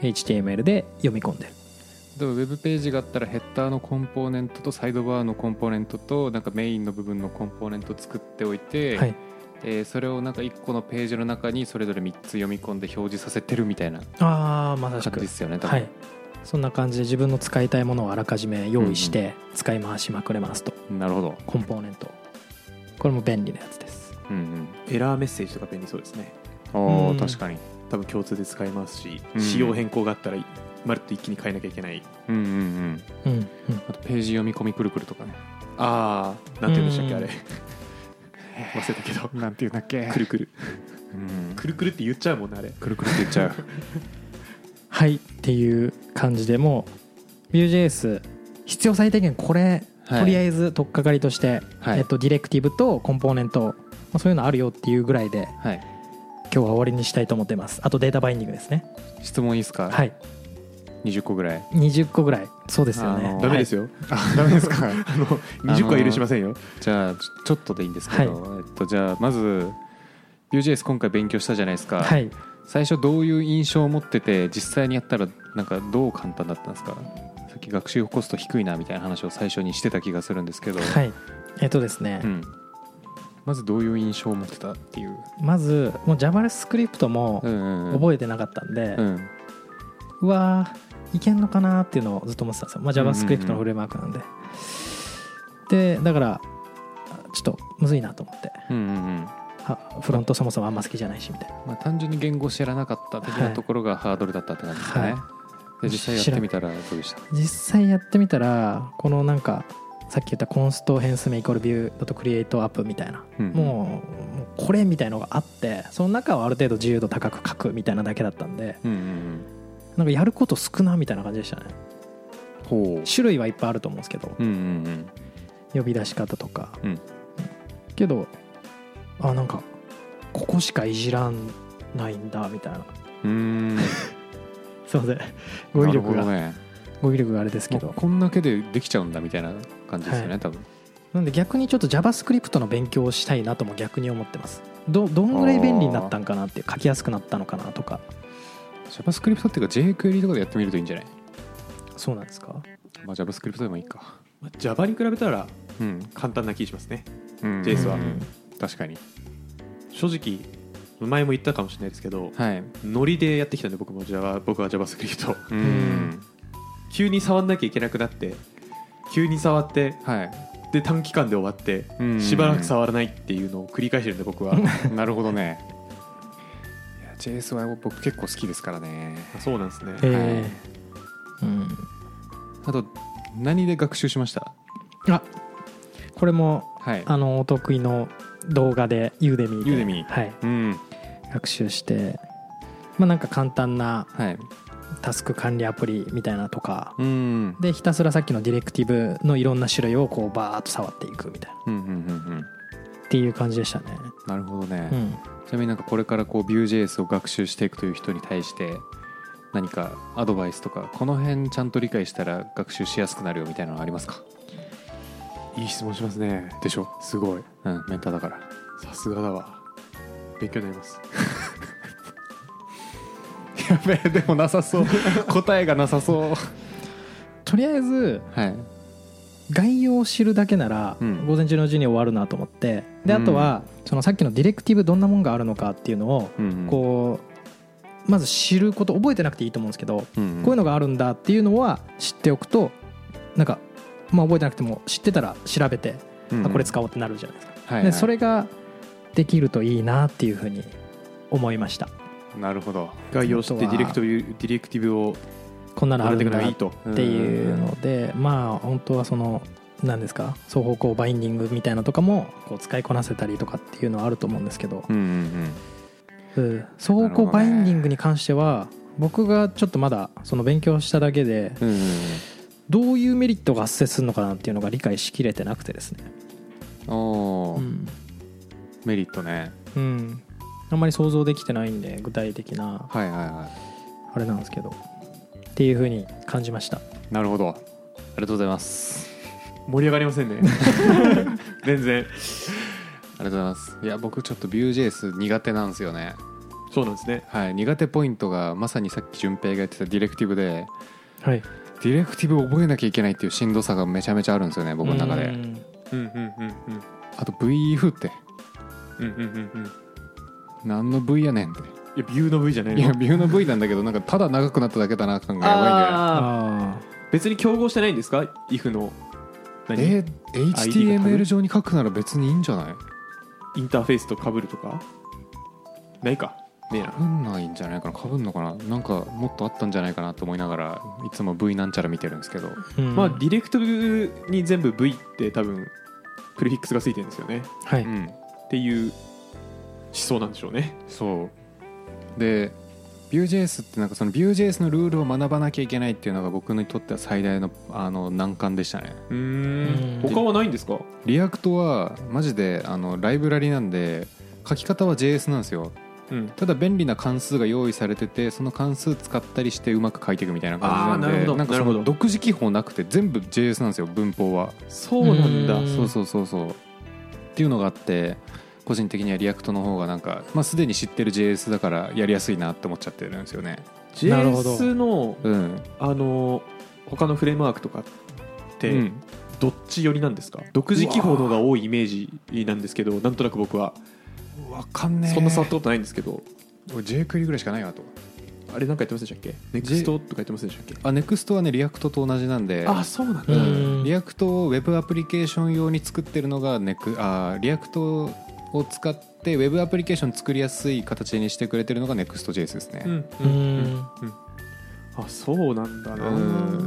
S1: HTML で読み込んでる
S2: 例えばウェブページがあったらヘッダーのコンポーネントとサイドバーのコンポーネントとなんかメインの部分のコンポーネントを作っておいて、
S1: はい
S2: えーそれをなんか1個のページの中にそれぞれ3つ読み込んで表示させてるみたいな
S1: ああまさし
S2: 形
S1: く
S2: ですよね多
S1: は
S2: 分、
S1: いそんな感じで自分の使いたいものをあらかじめ用意して使い回しまくれますと、
S2: なるほど、
S1: コンポーネントこれも便利なやつです
S2: うん
S3: エラーメッセージとか便利そうですね
S2: うん、あ
S1: う
S2: ー
S1: ん
S2: 確かに、
S3: 多分共通で使えますし、
S2: うん
S3: 仕様変更があったらまるっと一気に変えなきゃいけない
S2: うんうんうん、
S1: うんうん
S2: あとページ読み込みくるくるとかね
S3: ああなんて言うんでしたっけ
S1: う
S3: あ
S1: ん
S3: れ忘れたけど
S2: なんていうんだっけ
S3: くるくる
S2: うん
S3: くるくるって言っちゃうもんねあれ
S2: くるくるって言っち ゃう
S1: はいっていう感じでもう Vue.js 必要最低限これ、
S2: はい
S1: とりあえず取っかかりとして、
S2: はい
S1: えっと、ディレクティブとコンポーネント、まあ、そういうのあるよっていうぐらいで
S2: はい
S1: 今日は終わりにしたいと思ってますあとデータバインディングですね
S2: 質問いいですか、、
S1: はいい
S2: 20個ぐらい
S1: 20個ぐらいそうですよ
S2: あ
S1: ね
S2: の
S3: ダメですすよ、
S2: あダメですか
S3: あの20個は許しませんよ、
S2: じゃあちょちょっとでいいんですけど、えっと、じゃあまず Vue.js 今回勉強したじゃないですか、
S1: はい、はい
S2: 最初どういう印象を持ってて実際にやったらなんかどう簡単だったんですかさっき学習コスト低いなみたいな話を最初にしてた気がするんですけど、
S1: はいえっとですね、
S2: うん、まずどういう印象を持ってたっていう、
S1: まずもう JavaScript も
S2: うんうんうん、
S1: 覚えてなかったんで、
S2: う
S1: うんわーいけんのかなっていうのをずっと思ってたんですよ、まあ、JavaScript のフレームワークなんで、でだからちょっとむずいなと思って
S2: うんうんうん
S1: はフロントそもそもあんま好きじゃないしみたいな
S2: まあ、単純に言語知らなかった的なところがハードルだったって感じですかね、
S1: は
S2: で実際やってみたらどうでした
S1: 実際やってみたらこのなんかさっき言ったコンスト変数名イコールビューだとクリエイトアップみたいな、
S2: うん
S1: もうもうこれみたいのがあってその中はある程度自由度高く書くみたいなだけだったんで
S2: うんうんうん
S1: なんかやること少なみたいな感じでしたね
S2: ほ
S1: 種類はいっぱいあると思うんですけど
S2: ううんうん
S1: 呼び出し方とか、
S2: うん
S1: けどあなんかここしかいじらんないんだみたいな
S2: うんうーん
S1: すい ません語彙力
S2: なる
S1: が、
S2: ほどね
S1: 語彙力があれですけ
S2: もう
S1: ど
S2: こんだけでできちゃうんだみたいな感じですよね、
S1: は
S2: 多分
S1: なんで逆にちょっと JavaScript の勉強をしたいなとも逆に思ってますどどんぐらい便利になったんかなっていう書きやすくなったのかなとか
S2: JavaScript っていうか JQuery とかでやってみるといいんじゃない、
S1: そうなんですか
S2: まあ、JavaScript でもいいか
S3: まあ Java に比べたら
S2: うん、
S3: 簡単な気しますね
S2: うん、
S3: JS は
S2: うん確かに
S3: 正直前も言ったかもしれないですけど
S2: はい
S3: ノリでやってきたんで僕も Java 僕は JavaScript を
S2: うん
S3: 急に触んなきゃいけなくなって急に触って
S2: はい
S3: で短期間で終わって
S2: うん
S3: しばらく触らないっていうのを繰り返してるんで僕 は
S2: なるほど ねいや JS は僕結構好きですからね
S3: あそうなんですね
S1: ええうん
S2: あと何で学習しました
S1: あこれも
S2: はい
S1: あのお得意の動画でユーデミーで
S2: Udemy
S1: はい、
S2: うん
S1: 学習してまあなんか簡単な
S2: はい
S1: タスク管理アプリみたいなとか
S2: うんうん
S1: でひたすらさっきのディレクティブのいろんな種類をこうバーッと触っていくみたいな
S2: うんうんうん
S1: っていう感じでしたね、
S2: なるほどね、
S1: うん、
S2: ちなみになんかこれからこう Vue.js を学習していくという人に対して何かアドバイスとかこの辺ちゃんと理解したら学習しやすくなるよみたいなのありますか
S3: いい質問しますね
S2: でしょ
S3: すごい
S2: うんメンターだから
S3: さすがだわ勉強になります
S2: やべえでもなさそう 答えがなさそう
S1: とりあえず
S2: はい
S1: 概要を知るだけなら
S2: うん
S1: 午前中のうちに終わるなと思ってで
S2: うん
S1: あとはそのさっきのディレクティブどんなもんがあるのかっていうのを
S2: うんうん
S1: こうまず知ること覚えてなくていいと思うんですけどこ
S2: うんうん
S1: ういうのがあるんだっていうのは知っておくとなんかまあ覚えてなくても知ってたら調べて
S2: うんうん
S1: あこれ使おうってなるじゃないですか
S2: はいは
S1: で
S2: い
S1: それができるといいなっていうふうに思いました
S2: なるほど
S3: 概要を知ってディレクティブディレクティブを
S1: こんなのあ
S3: 学
S1: る
S3: んでい
S1: ん
S3: く
S1: だ
S3: のがい
S1: っ
S3: いと
S1: っていうのでまあ本当はその何ですか双方向バインディングみたいなとかもこう使いこなせたりとかっていうのはあると思うんですけど、
S2: うんうんうん
S1: うん双方向バインディングに関しては僕がちょっとまだその勉強しただけで
S2: うんうん
S1: どういうメリットが発生するのかなっていうのが理解しきれてなくてですね、
S2: うんお
S1: う
S2: ー
S1: ん
S2: メリットね
S1: うんあんまり想像できてないんで具体的な
S2: はいはいはい
S1: あれなんですけどっていうふうに感じました
S2: なるほどありがとうございます
S3: 盛り上がりま せんね全
S2: ありが
S3: 然
S2: とうございますいや僕ちょっと Vue.js 苦手なんですよね
S3: そうなんですね
S2: はい、苦手ポイントがまさにさっき順平が言ってたディレクティブで
S1: はい
S2: ディレクティブを覚えなきゃいけないっていうしんどさがめちゃめちゃあるんですよね僕の中で
S3: うんうんうん
S2: あと VF って
S3: うんうんうんうんうん
S2: 何の V やねんって
S3: いやビューの V じゃない
S2: いや
S3: の
S2: ビューの V なんだけどなんかただ長くなっただけだな感がやば
S3: あ
S1: ああ
S3: ー別に競合してないんですか if の
S2: いん
S3: 何
S2: だよえー
S3: ID が被
S2: HTML
S3: る
S2: 上に書くなら別にいいんじゃない
S3: インターフェースとかぶるとかないかねえな
S2: かぶんないんじゃないかなかぶんのかななんかもっとあったんじゃないかなと思いながらいつも V なんちゃら見てるんですけど、
S1: うん
S3: まあディレクトに全部 V って多分プレフィックスがついてるんですよね
S1: はいう
S2: ん
S3: っていう思想なんでしょうね
S2: そうで Vue.js ってなんかその Vue.js のルールを学ばなきゃいけないっていうのが僕にとっては最大のあの難関でしたね
S3: う
S1: うんん
S3: 他はないんですか
S2: リアクトはマジであのライブラリなんで書き方は JS なんですよ
S3: うん
S2: ただ便利な関数が用意されててその関数使ったりしてうまく書いていくみたいな感じなん
S3: あーなる
S2: で
S3: ほど
S2: んかそ
S3: なる
S2: の
S3: ほど
S2: 独自記法なくて全部 JS なんですよ文法は
S3: そうなんだ
S1: うん
S2: そうそうそうそうっていうのがあって個人的にはリアクトの方がなんか、まあ、すでに知ってる JS だからやりやすいなって思っちゃってるんですよね。
S1: なるほど
S3: JS の
S2: うん、
S3: あの他のフレームワークとかって、
S2: うん
S3: どっち寄りなんですか独自記法の方が多いイメージなんですけどなんとなく僕は
S2: わかんねえ
S3: そんな触ったことないんですけど、
S2: 俺 J クリぐらいしかないわと
S3: あれなんかやってませんでしたっけネクストとかやってませんでしたっけ
S2: あ NEXT はねリアクトと同じなんで
S3: あそうなんだ、
S2: う
S1: うんん
S2: リアクトをウェブアプリケーション用に作ってるのがネクあリアクトを使ってウェブアプリケーション作りやすい形にしてくれてるのが NEXTJS ですね、
S3: ん
S1: うーん
S3: あそうなんだな
S2: う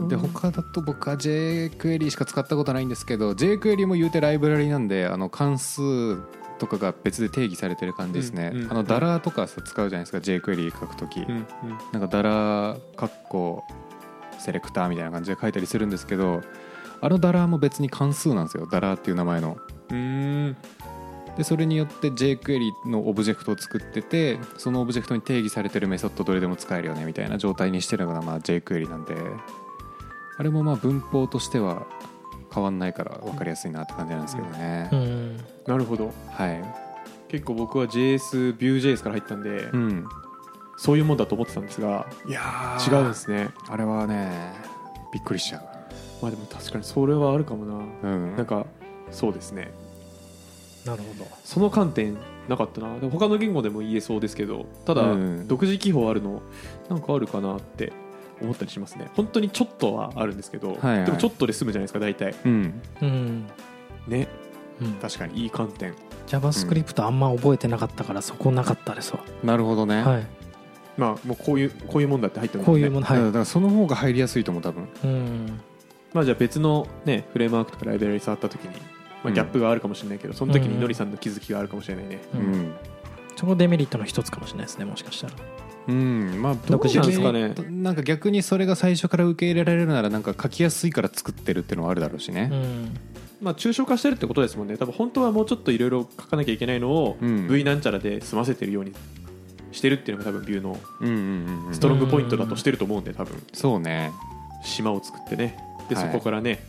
S2: んで他だと僕は J クエリしか使ったことないんですけど J クエリも言うてライブラリなんであの関数とかが別で定義されてる感じですね、
S3: うんうん
S2: あのダラーとかさ使うじゃないですか J クエリ書くとき、
S3: うんうん
S2: なんかダラーかっこセレクターみたいな感じで書いたりするんですけどあのダラーも別に関数なんですよダラーっていう名前の
S3: うん
S2: でそれによって JQuery のオブジェクトを作っててそのオブジェクトに定義されてるメソッドどれでも使えるよねみたいな状態にしてるのがまあ JQuery なんであれもまあ文法としては変わんないから分かりやすいなって感じなんですけどね、
S1: うん
S3: なるほど
S2: はい、
S3: 結構僕は JS ビュー JS から入ったんで、
S2: うん、
S3: そういうもんだと思ってたんですが
S2: いや
S3: 違うんですね
S2: あれはねびっくりしちゃ
S3: まあでも確かにそれはあるかもな
S2: ううん
S3: なんかそうですね
S1: なるほど
S3: その観点なかったなでも他の言語でも言えそうですけどただ、
S2: うん
S3: 独自記法あるのなんかあるかなって思ったりしますね本当にちょっとはあるんですけど、
S2: はいはい
S3: でもちょっとで済むじゃないですか大体
S2: うん
S1: うん
S3: ね
S1: うん
S3: 確かにいい観点
S1: JavaScript あんま覚えてなかったからそこなかったですわ
S2: なるほどね、
S1: はい
S3: まあもうこういうこういうもんだって入ってますね
S1: こういうものはい
S2: だからだからその方が入りやすいと思う多分
S1: うん
S3: まあじゃあ別のねフレームワークとかライブラリ触った時に、
S2: う
S3: まあ、
S2: ん
S3: ギャップがあるかもしれないけど、その時
S1: う
S3: に
S1: ん
S3: のりさんの気づきがあるかもしれないね、
S2: うん、
S1: そこデメリットの一つかもしれないですねもしかしたら
S2: うん、まあ
S1: 独自
S2: どう
S3: ですかね
S2: なんなんか逆にそれが最初から受け入れられるならなんか書きやすいから作ってるっていうのはあるだろうし
S1: う
S2: ね、
S1: ん
S3: まあ抽象化してるってことですもんね多分本当はもうちょっといろいろ書かなきゃいけないのを、
S2: うん
S3: V なんちゃらで済ませてるようにしてるっていうのが多分ビューの
S2: うん、うんうんうん
S3: ストロングポイントだとしてると思うんで多分
S2: そうね
S3: 島を作ってねで
S2: はい
S3: そこからね、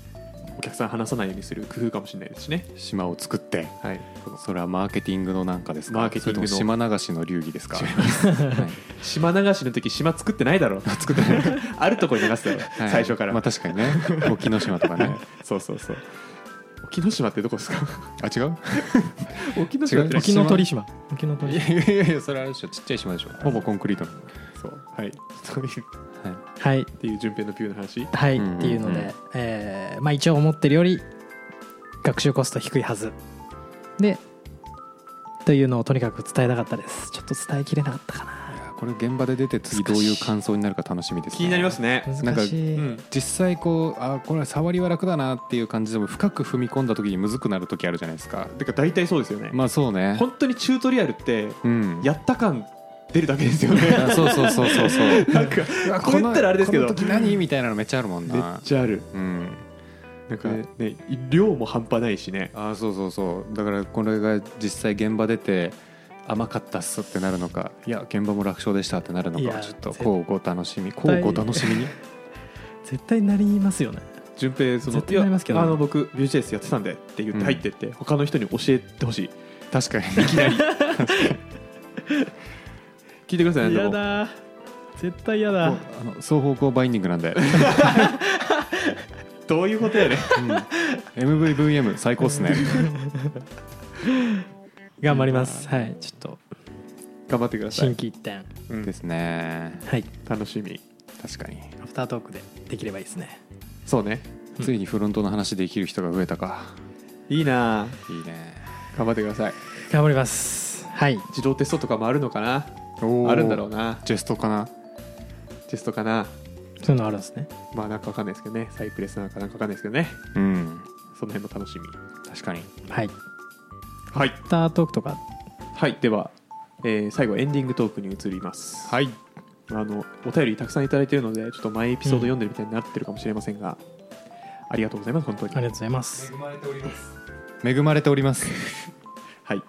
S3: お客さん話さないようにする工夫かもしれないですしね、
S2: 島を作って
S3: はい、
S2: それはマーケティングのなんかですか
S3: マーケティングの
S2: それとも島流しの流儀 ですか
S3: 違い
S2: はい
S3: 島流しの時島作ってないだろ 作ってないあるとこに流すだろ、
S2: はい
S3: 最初から、
S2: まあ確かにね沖ノ島とかね
S3: そうそうそう沖ノ島ってどこですか
S2: あ違う
S3: 沖ノ島って
S2: 違う
S1: 沖ノ鳥島沖ノ鳥島
S2: いやいやそれあるでしょちっちゃい島でしょほぼコンクリートの
S3: そうはいそういうっ
S1: はい
S3: ていう順平のビューの話
S1: はい
S2: うんうんうん
S1: っていうのでえーまあ一応思ってるより学習コスト低いはずでというのをとにかく伝えたかったですちょっと伝えきれなかったか
S2: い
S1: な
S2: やこれ現場で出て次どういう感想になるか楽しみですね
S3: 気になりますね
S2: なんか
S1: 難し
S3: う
S1: い
S3: ん
S2: 実際こうあこれは触りは楽だなっていう感じでも深く踏み込んだ時にむずくなる時あるじゃないですか
S3: てか大体そうですよね、
S2: まあそうね
S3: 本当にチュートリアルって
S2: うん
S3: やった感出るだけですよね
S2: あそうそうそうそうそう
S3: なんかこう言 ったらあれですけど
S2: この時何みたいなのめっちゃあるもん
S3: めっ
S2: な
S3: ちゃある
S2: うん
S3: なんかねね量も半端ないしね
S2: あそうそうそうだからこれが実際現場出て甘かったっすってなるのかいや現場も楽勝でしたってなるの
S1: い
S2: か
S1: や
S2: ちょっと
S1: 絶対
S2: こうご楽しみこうご楽しみに
S1: 絶対なりますよね
S3: 順平その
S1: 絶対なりますけどね
S3: いやあの僕 Vue.js やってたんでって言って入ってって、他の人に教えてほしい
S2: 確かにい きなり
S3: 聞いてくださいねでも
S1: だ絶対嫌
S2: あの双方向バインディング なんで、
S3: どういうことやね
S2: うん、MVVM 最高っすね
S1: 頑張りますはいちょっと
S3: 頑張ってくださ
S1: 心
S3: い、
S1: 機一転
S3: うん
S2: ですね
S1: はい
S3: 楽しみ
S2: 確かに
S1: アフタートークでできればいいですね
S3: そうね
S1: うん
S2: ついにフロントの話できる人が増えたか
S3: いいない
S2: いね
S3: あ頑張ってください
S1: 頑張りますはい
S3: 自動テストとかもあるのかなあ
S2: あ
S3: るんだろうな
S2: ジェストかな
S3: テストかな
S1: そういうのあるんですね
S3: まあなんかわかんないですけどねサイプレスなんかなんかわかんないですけどね
S2: うん
S3: その辺も楽しみ
S2: 確かに
S1: はいア
S3: はい
S1: フタートークとか
S3: はいでは、えー最後エンディングトークに移ります
S2: はい
S3: あのお便りたくさんいただいているのでちょっと毎エピソード読んでるみたいになってるかもしれませんが、ありがとうございます本当に
S1: ありがとうございます
S2: 恵まれております
S3: はい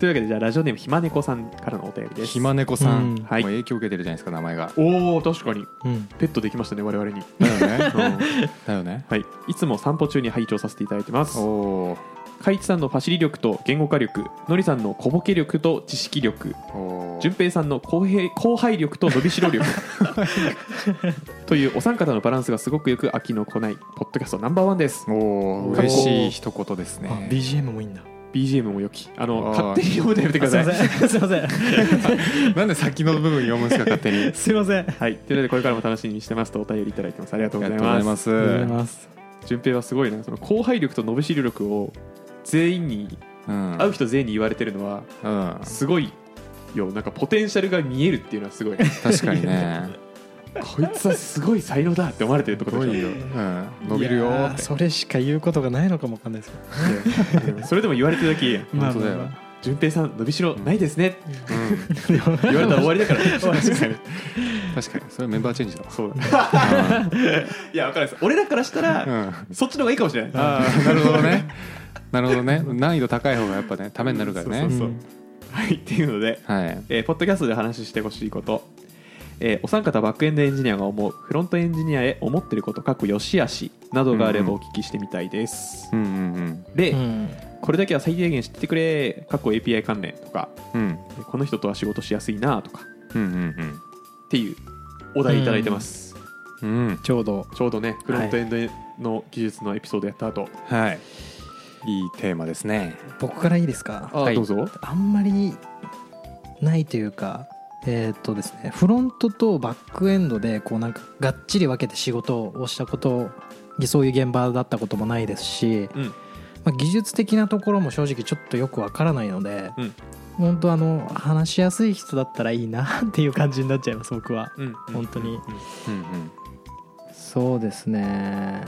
S3: というわけでじゃあラジオネームひまねこさんからのお便りです
S2: ひまねこさん、
S1: うん
S3: はい
S2: もう影響受けてるじゃないですか名前が
S3: おお確かに
S1: うん
S3: ペットできましたね我 々に、
S2: だよ
S3: う
S2: ね
S3: ん
S2: だよね
S3: はいいつも散歩中に拝聴させていただいてます
S2: おお
S3: 海一さんのファシリ力と言語化力のりさんの小ボケ力と知識
S2: ー
S3: 力
S2: お
S3: 順平さんの後輩後輩力と伸びしろ力というお三方のバランスがすごくよく飽きのこないポッドキャストナンバーワンです
S2: おおー嬉しい一言です
S1: あ
S2: ね
S1: BGM もいいんだ
S3: BGM も良きあの
S2: あー
S3: 勝手に読むのやめてください
S1: あすいませんすいません
S2: なんで先の部分読むんですか勝 手にあり
S1: すいません
S3: はいというのでこれからも楽しみにしてますとお便りいただいてますありがとうご
S2: が
S3: ざ
S2: と
S3: いう
S2: ござ
S3: ま
S2: いま
S3: す
S2: す
S1: ありがとうございます
S3: 順平はすごいなその後輩力と伸びしろ力を全員に
S2: うん
S3: 会う人全員に言われてるのは
S2: うん
S3: すごいよなんかポテンシャルが見えるっていうのはすごいこ
S2: 確かにね
S3: いつはすごい才能だって思われてるってことでしょ
S2: うん伸びるよ
S1: いや
S2: ーっ
S1: ー
S2: て
S1: それしか言うことがないのかもわかんないですけど
S3: いやそれでも言われてるだけいいやん
S2: 本当だよ
S1: まあま
S3: 順平さん伸びしろないですねって
S2: うん
S1: あまあで
S3: 言われたら終わり だから確かに
S2: 確かにそれメンバーチェンジだ
S3: そうだいや分からないです俺らからしたら、
S2: うん
S3: そっちの方がいいかもしれない
S2: ああなるほどねなるほどね難易度高い方がやっぱねためになるから
S3: そう
S2: ね
S3: そうはいっていうので
S2: はい
S3: えーポッドキャストで話してほしいこと、えーお三方バックエンドエンジニアが思うフロントエンジニアへ思ってることかっこよしあしなどがあればお聞きしてみたいです、
S2: うんうん
S3: で、
S1: うん
S3: これだけは最低限知っててくれかっこ API 関連とか
S2: うんうん
S3: この人とは仕事しやすいなとかっ
S2: うんうん
S3: ていうお題いただいてます、
S2: うんうん
S1: ちょうど
S3: ちょうどねフロントエンドの技術のエピソードやった後、
S2: はいいいテーマですね
S1: 僕からいいですか
S3: あ
S2: はい
S3: どうぞ
S1: あんまりないというかえーっとですねフロントとバックエンドでこうなんかがっちり分けて仕事をしたことそういう現場だったこともないですし、
S3: うん
S1: まあ、技術的なところも正直ちょっとよくわからないので、
S3: うん
S1: 本当あの話しやすい人だったらいいなっていう感じになっちゃいます僕は
S3: うん
S1: 本当に
S2: うんうん
S1: そうですね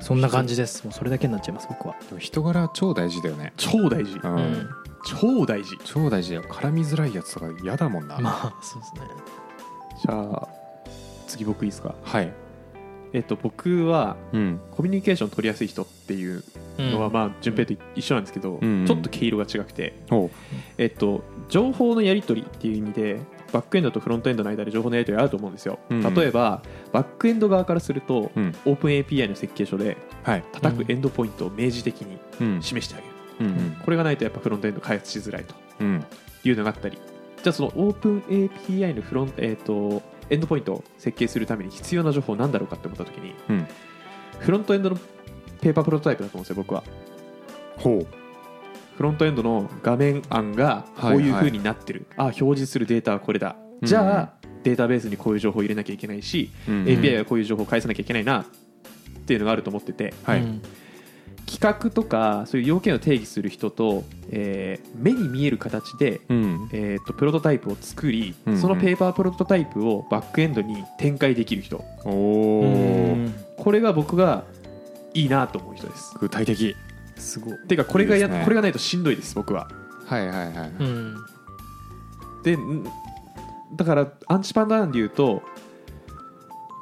S1: そんな感じですもうそれだけになっちゃいます僕は、
S2: でも人柄超大事だよね
S3: 超大事
S2: うん、
S1: うん
S3: 超大事じ
S2: 超大事だよ絡みづらいやつとか嫌だもんな、
S1: まあそうですね
S3: ゃあ次僕いいですか
S2: はい
S3: えっと僕は
S2: うん
S3: コミュニケーション取りやすい人っていうのは、まあ順平と一緒なんですけど、
S2: うんうん
S3: ちょっと毛色が違くて、
S2: おう
S3: えっと、情報のやり取りっていう意味でバックエンドとフロントエンドの間で情報のやり取りあると思うんですよ、
S2: うんうん
S3: 例えばバックエンド側からすると、
S2: うん
S3: オープン API の設計書で
S2: はい
S3: 叩くエンドポイントを明示的に
S2: うん
S3: 示してあげる、
S2: うん
S3: これがないとやっぱフロントエンド開発しづらいと
S2: うんうん
S3: いうのがあったりじゃあそのオープン API のフロント、えっとエンドポイントを設計するために必要な情報なんだろうかって思った時に
S2: うん
S3: フロントエンドのペーパープロトタイプだと思うんですよ僕は
S2: ほう
S3: フロントエンドの画面案がこういう風になってる、あ表示するデータはこれだ、
S2: うん
S3: じゃあデータベースにこういう情報を入れなきゃいけないし、
S2: うん
S3: API はこういう情報を返さなきゃいけないなっていうのがあると思ってて
S2: はい、
S1: うん
S3: 企画とかそういう要件を定義する人と、えー目に見える形で、
S2: うん
S3: えー、とプロトタイプを作り、
S2: うんうん
S3: そのペーパープロトタイプをバックエンドに展開できる人
S2: お
S1: う
S2: お
S1: ん
S3: これが僕がいいなと思う人です
S2: 具体的
S1: すごい
S3: てかこれがや
S2: いいですね
S3: これがないとしんどいです僕は
S2: はいはいはい、
S1: うん
S3: でんだからアンチパンダーンで言うと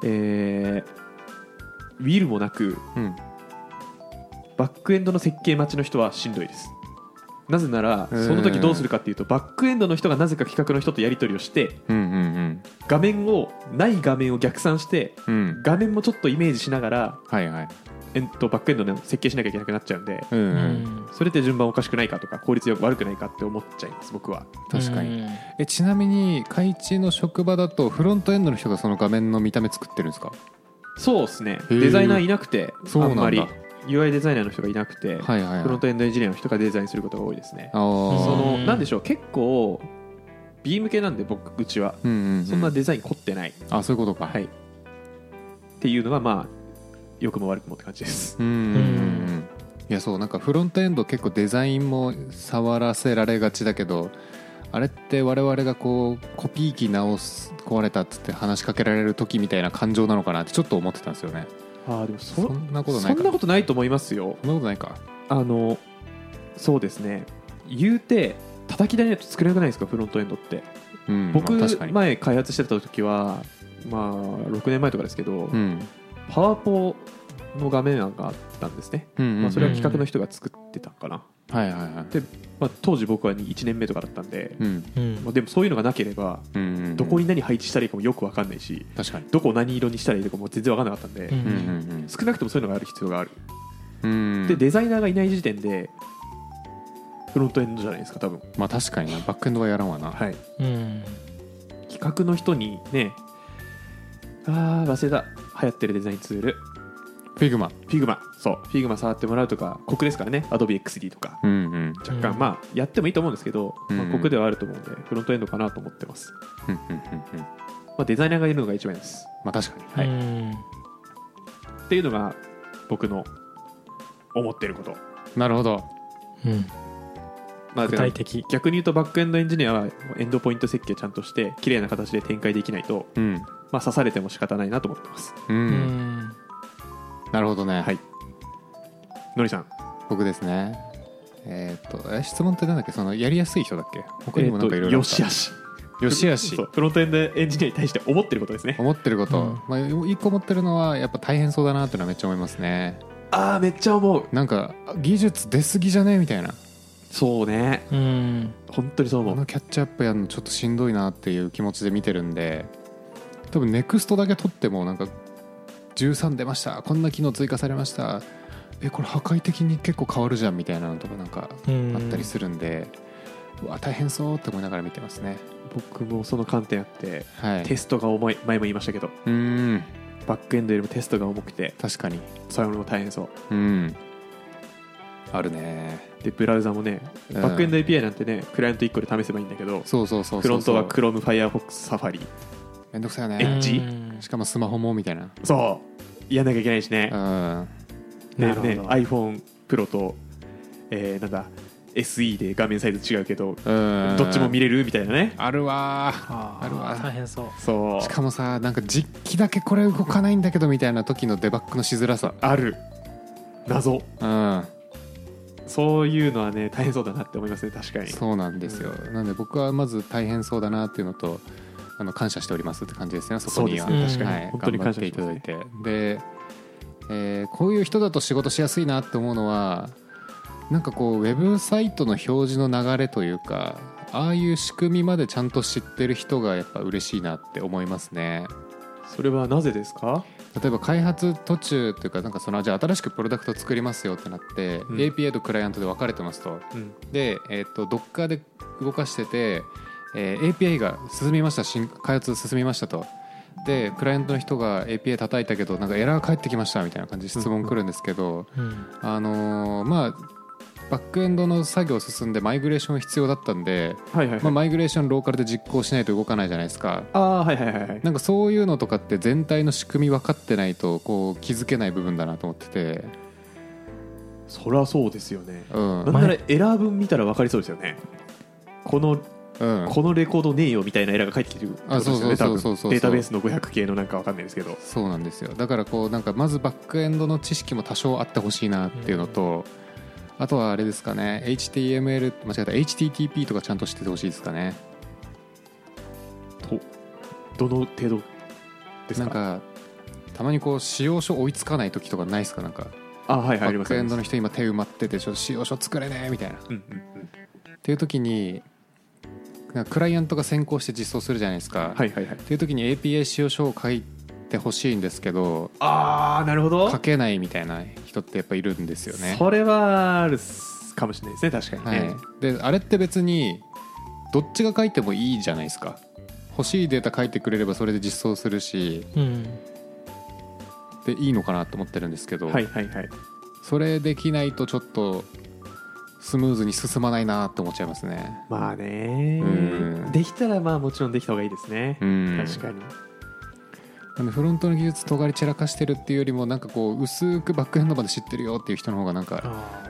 S3: えーウィルもなく
S2: うん
S3: バックエンドの設計待ちの人はしんどいですなぜなら
S2: うーん
S3: その時どうするかっていうとバックエンドの人がなぜか企画の人とやり取りをして
S2: うんうん
S3: 画面をない画面を逆算して
S2: うんうん
S3: 画面もちょっとイメージしながら、
S2: はいはい
S3: えっと、バックエンドの設計しなきゃいけなくなっちゃうんで
S2: うん、
S1: う
S2: うん、
S3: それって順番おかしくないかとか効率よく悪くないかって思っちゃいます僕は
S2: 確かにえちなみに海地の職場だとフロントエンドの人がその画面の見た目作ってるんですか
S3: そうですね
S2: へー
S3: デザイナーいなくて
S2: そう
S3: あ
S2: なんだ
S3: んまり UI デザイナーの人がいなくて、
S2: はいはいはい
S3: フロントエンドエンジニアの人がデザインすることが多いですね
S2: あ
S1: ー
S3: そ
S2: あ
S3: の
S1: うん
S3: なんでしょう結構ビーム系なんで僕うちは
S2: うんうんうん
S3: そんなデザイン凝ってない、
S2: あそういうことか
S3: はいっていうのがまあ良くも悪くもって感じです
S2: うんうんうんうんいやそうなんかフロントエンド結構デザインも触らせられがちだけどあれって我々がこうコピー機直す壊れたっつって話しかけられる時みたいな感情なのかなってちょっと思ってたんですよね
S3: ああでもそ
S2: そんなことない
S3: そ
S2: か
S3: んなことないと思いますよ
S2: そんなことないか
S3: あのそうですね言うて叩き台だと作れなくないですかフロントエンドって
S2: うん
S3: 僕、
S2: まあ確かに
S3: 前開発してた時はまあ6年前とかですけど、
S2: うん
S3: パワポの画面案があったんですね、
S2: うんうんうん
S3: まあ、それは企画の人が作ってたかな、
S2: はいはいはい
S3: でまあ、当時僕は1年目とかだったんで、
S2: うん
S1: うん
S3: まあ、でもそういうのがなければ
S2: うんうんうん
S3: どこに何配置したらいいかもよく分かんないし
S2: 確かに
S3: どこを何色にしたらいいとかも全然分かんなかったんで、
S1: うん
S2: うんうん
S3: 少なくともそういうのがある必要がある、
S2: うんうん
S3: でデザイナーがいない時点でフロントエンドじゃないですか多分、
S2: まあ確かになバックエンドはやらんわな
S3: はい、
S1: うん
S3: 企画の人にねあー忘れた流行ってるデザインツール
S2: フィグマ
S3: フィグマそうフィグマ触ってもらうとか国ですからね AdobeXD とか
S2: うんうん
S3: 若干、
S1: うん
S3: まあやってもいいと思うんですけど、まあ
S2: うん、
S3: 国ではあると思うんでフロントエンドかなと思ってます、
S2: うんうんうんうん
S3: まあ、デザイナーがいるのが一番です
S2: まあ確かに
S3: はい
S1: うん
S3: っていうのが僕の思ってること、
S2: なるほど
S1: うん
S3: まあ、
S1: 具体的
S3: 逆に言うとバックエンドエンジニアはエンドポイント設計ちゃんとして綺麗な形で展開できないと、
S2: うん
S3: まあ、刺されても仕方ないなと思ってます
S2: う
S1: うんん
S2: なるほどね
S3: はいのりさん
S2: 僕ですねえーっとえ質問ってなんだっけそのやりやすい人だっけ他にもなんかいろいろ
S3: よしあし
S2: よしあし
S3: そうフロントエンドエンジニアに対して思ってることですね
S2: 思ってること、
S1: うん
S2: まあ一個思ってるのはやっぱ大変そうだなっていうのはめっちゃ思いますね
S3: ああめっちゃ思う
S2: なんか技術出すぎじゃねみたいな
S3: そうね
S1: うん
S3: 本当にそう
S2: こ
S3: 思
S2: の
S3: う
S2: キャッチアップやるのちょっとしんどいなっていう気持ちで見てるんで多分ネクストだけ取ってもなんか13出ましたこんな機能追加されましたえこれ破壊的に結構変わるじゃんみたいなのとかなんか
S1: うん
S2: あったりするんで、うわ大変そうって思いながら見てますね
S3: 僕もその観点あって
S2: はい
S3: テストが重い前も言いましたけど
S2: うーん
S3: バックエンドよりもテストが重くて
S2: 確かに
S3: それも大変そう
S2: うんあるね
S3: でブラウザもね
S2: うん
S3: バックエンド API なんてねクライアント1個で試せばいいんだけど
S2: そうそうそうそうそう
S3: フロントは Chrome、Firefox、Safari
S2: めんどくさいよ
S3: エッ
S2: ね
S3: ジ
S1: うん
S2: しかもスマホもみたいな
S3: そうやんなきゃいけないしね
S2: うん
S1: な
S3: ね
S1: るほど
S3: ね iPhone Pro と、えーなんだ SE で画面サイズ違うけど
S2: うん
S3: どっちも見れるみたいなね
S2: あるわー
S1: あ
S2: あるわ
S1: ー大変そう
S3: そう
S2: しかもさなんか実機だけこれ動かないんだけどみたいな時のデバッグのしづらさ
S3: ある謎
S2: うん
S3: そういうのはね大変そうだなって思いますね確かに
S2: そうなんですよなんで僕はまず大変そうだなっていうのとあの感謝しておりますって感じですねそこには、
S3: そう
S1: ですね確か
S2: は
S1: に
S2: い、
S3: 本当に感謝して
S2: 頑
S3: ま
S2: 張っ
S3: すね
S2: ていただいてで、えーこういう人だと仕事しやすいなって思うのはなんかこうウェブサイトの表示の流れというかああいう仕組みまでちゃんと知ってる人がやっぱ嬉しいなって思いますね
S3: それはなぜですか
S2: 例えば開発途中というかなんかそのじゃあ新しくプロダクト作りますよってなって、
S3: うん
S2: API とクライアントで分かれてますと
S3: うん
S2: で、えー、と Docker で動かしてて、えー API が進みました新開発進みましたとでクライアントの人が API 叩いたけどなんかエラー返ってきましたみたいな感じで質問来るんですけど、
S1: うん
S2: あのーまあバックエンドの作業進んでマイグレーション必要だったんで、
S3: はいはいはい、
S2: まあ、マイグレーションローカルで実行しないと動かないじゃないですか。
S3: ああーはいはいはいはい
S2: なんかそういうのとかって全体の仕組み分かってないとこう気づけない部分だなと思ってて、
S3: そりゃそうですよね
S2: うん
S3: なんならエラー分見たら分かりそうですよねこの
S2: うん、
S3: このレコードねえよみたいなエラーが返ってきてるってことですよね
S2: あそう
S3: 多
S2: そう
S3: 分
S2: そうそうそう
S3: データベースの500系のなんかわかんないですけど
S2: そうなんですよだからこうなんかまずバックエンドの知識も多少あってほしいなっていうのと、あとはあれですかね HTML 間違えた HTTP とかちゃんと知っててほしいですかね
S3: どの程度ですか
S2: なんかたまにこう使用書追いつかない時とかないですかなんか
S3: あはいはい
S2: バ
S3: あり
S2: ッ
S3: ます
S2: クエンドの
S3: あり
S2: 人今手埋まっててちょっと使用書作れねえみたいなっ
S3: ますうんうんうん
S2: ていう時になんかクライアントが先行して実装するじゃないですか、
S3: はいはいはい
S2: っていう時に API 使用書を書いてほしいんですけど
S3: ああなるほど
S2: 書けないみたいな人ってやっぱいるんですよね。
S3: それはあるっすかもしれないですね確かに
S2: は
S3: ね、
S2: い、であれって別にどっちが書いてもいいじゃないですか欲しいデータ書いてくれればそれで実装するし
S1: うん
S2: でいいのかなと思ってるんですけど、
S3: はいはいはい
S2: それできないとちょっとスムーズに進まないなって思っちゃいますね。
S3: まあね
S2: うん
S3: できたらまあもちろんできた方がいいですね
S2: うん
S3: 確かに
S2: なんでフロントの技術尖り散らかしてるっていうよりもなんかこう薄くバックエンドまで知ってるよっていう人の方がなんか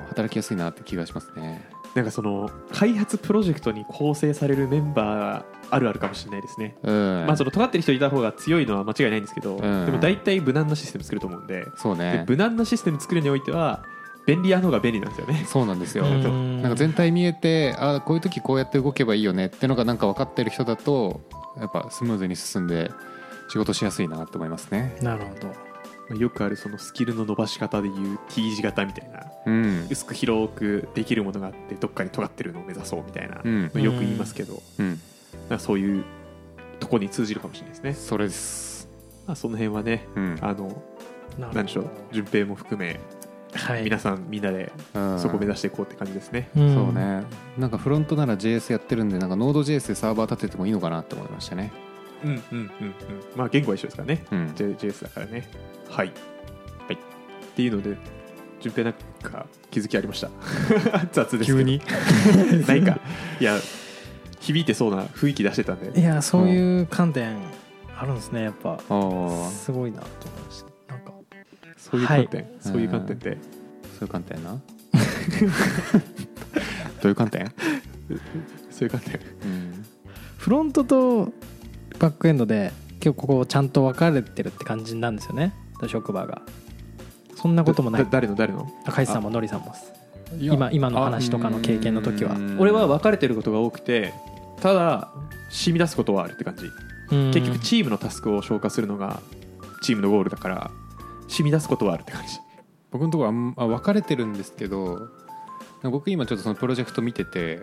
S2: 働きやすいなって気がしますね。
S3: なんかその開発プロジェクトに構成されるメンバーあるあるかもしれないですね
S2: うん、
S3: まあその尖ってる人いた方が強いのは間違いないんですけ
S2: う
S3: ど、
S2: ん
S3: でも大体無難なシステム作ると思うんで,、
S2: そう
S3: で
S2: ね
S3: 無難なシステム作るにおいては便利屋の方が便利なんですよね
S2: そうなんですよ、
S3: うん
S2: なんか全体見えてあこういう時こうやって動けばいいよねってのがなんか分かってる人だとやっぱスムーズに進んで仕事しやすいなと思いますね
S1: なるほど
S3: まあよくあるそのスキルの伸ばし方でいう T 字型みたいな
S2: うん
S3: 薄く広くできるものがあってどっかに尖ってるのを目指そうみたいな、
S2: うん
S3: まあよく言いますけど、
S2: うん
S3: なんかそういうとこに通じるかもしれないですね、
S2: それです
S3: まあ、その辺はね
S2: うん
S1: な
S3: あの
S1: るほど
S3: 何でしょう順平も含め
S1: はい
S3: 皆さんみんなで
S2: うん
S3: そこ目指していこうって感じですね、
S1: ん
S2: そうねなんかフロントなら JS やってるんでなんかノード JS でサーバー立ててもいいのかなって思いましたね
S3: うん、うんうんうんまあ言語は一緒ですからね、
S2: うん
S3: J- JS だからねはいはいっていうので順平なんか気づきありました 雑ですけど
S2: 急に
S3: ないかいや響いてそうな雰囲気出してたん
S1: い
S3: で
S1: やそういう観点あるんですねやっぱ
S2: ああそ
S1: すごいなと思いましたなんか
S3: そういう観点、そういう観点で
S2: ういう観点 などういう観点、
S3: そういう観点
S2: うん、
S1: フロントとバックエンドで結構ここちゃんと分かれてるって感じなんですよね職場がそんなこともない
S3: だ誰の誰の
S1: 高橋さんもノリさんもです
S2: いや
S1: 今今の話とかの経験の時は
S2: あうん
S3: 俺は別れてることが多くてただ染み出すことはあるって感じ
S1: 結
S3: 結局チームのタスクを消化するのがチームのゴールだから染み出すことはあるって感じ
S2: 僕のところはあんあ分かれてるんですけど僕今ちょっとそのプロジェクト見てて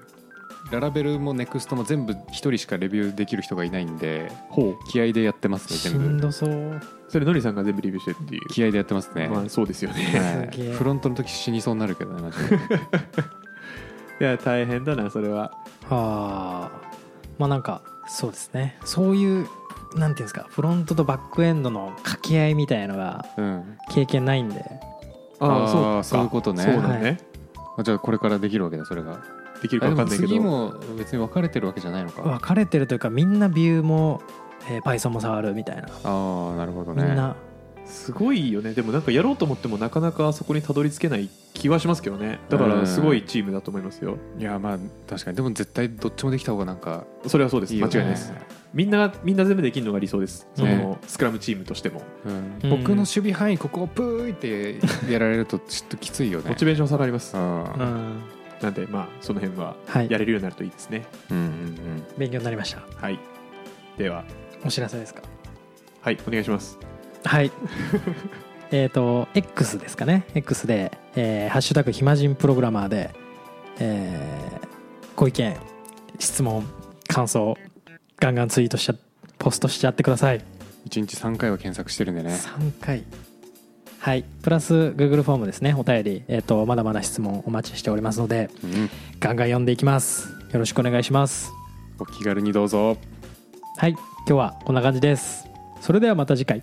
S2: ララベルもネクストも全部一人しかレビューできる人がいないんで
S3: ほう
S2: 気合でやってますね
S1: し
S2: 全
S1: ん
S2: 部
S1: どそう
S3: それのりさんが全部リビューしてるっていう
S2: 気合でやってますね、
S3: まあそうですよ ね
S2: はい
S1: すげえ
S2: フロントの時死にそうになるけどねマジ で
S3: いや大変だなそれは
S1: ああまあなんかそうですねそういうなんていうんですかフロントとバックエンドの掛け合いみたいなのが
S2: うん
S1: 経験ないんで
S2: あー
S3: そうか
S2: そういうことね
S3: そうだね、
S2: あじゃあこれからできるわけだそれが
S3: できるか
S2: あで
S3: 分か
S2: も
S3: んないけど
S2: 次も別に分かれてるわけじゃないのか
S1: 分かれてるというかみんなビューも、えー Python も触るみたいな
S2: ああなるほど
S1: み
S2: ね
S1: んな
S3: すごいよねでもなんかやろうと思ってもなかなかあそこにたどり着けない気はしますけどねだからすごいチームだと思いますよ
S2: いやまあ確かにでも絶対どっちもできた方がなんか
S3: それはそうです
S2: いい
S3: 間
S2: よ、ね、
S3: 違いないですみんなみんな全部できるのが理想ですその、
S2: ね
S3: スクラムチームとしても
S2: うん
S1: うん
S2: 僕の守備範囲ここをプーってやられるとちょっときついよね
S3: モチベーション下がります
S1: う
S2: あ
S1: ん
S3: なんでまあその辺は
S1: はい
S3: やれるようになるといいですね
S2: ーうんうん
S1: 勉強になりました
S3: はいでは
S1: お知らせですか
S3: はいお願いします
S1: はい えっと X ですかね X で、えーハッシュタグ暇人プログラマー」で、えーご意見質問感想ガンガンツイートしちゃポストしちゃってください
S2: 1日3回は検索してるんでね
S1: 3回はいプラス Google フォームですねお便り、えー、とまだまだ質問お待ちしておりますので
S2: うん
S1: ガンガン読んでいきますよろしくお願いします
S2: お気軽にどうぞ
S1: はい今日はこんな感じですそれではまた次回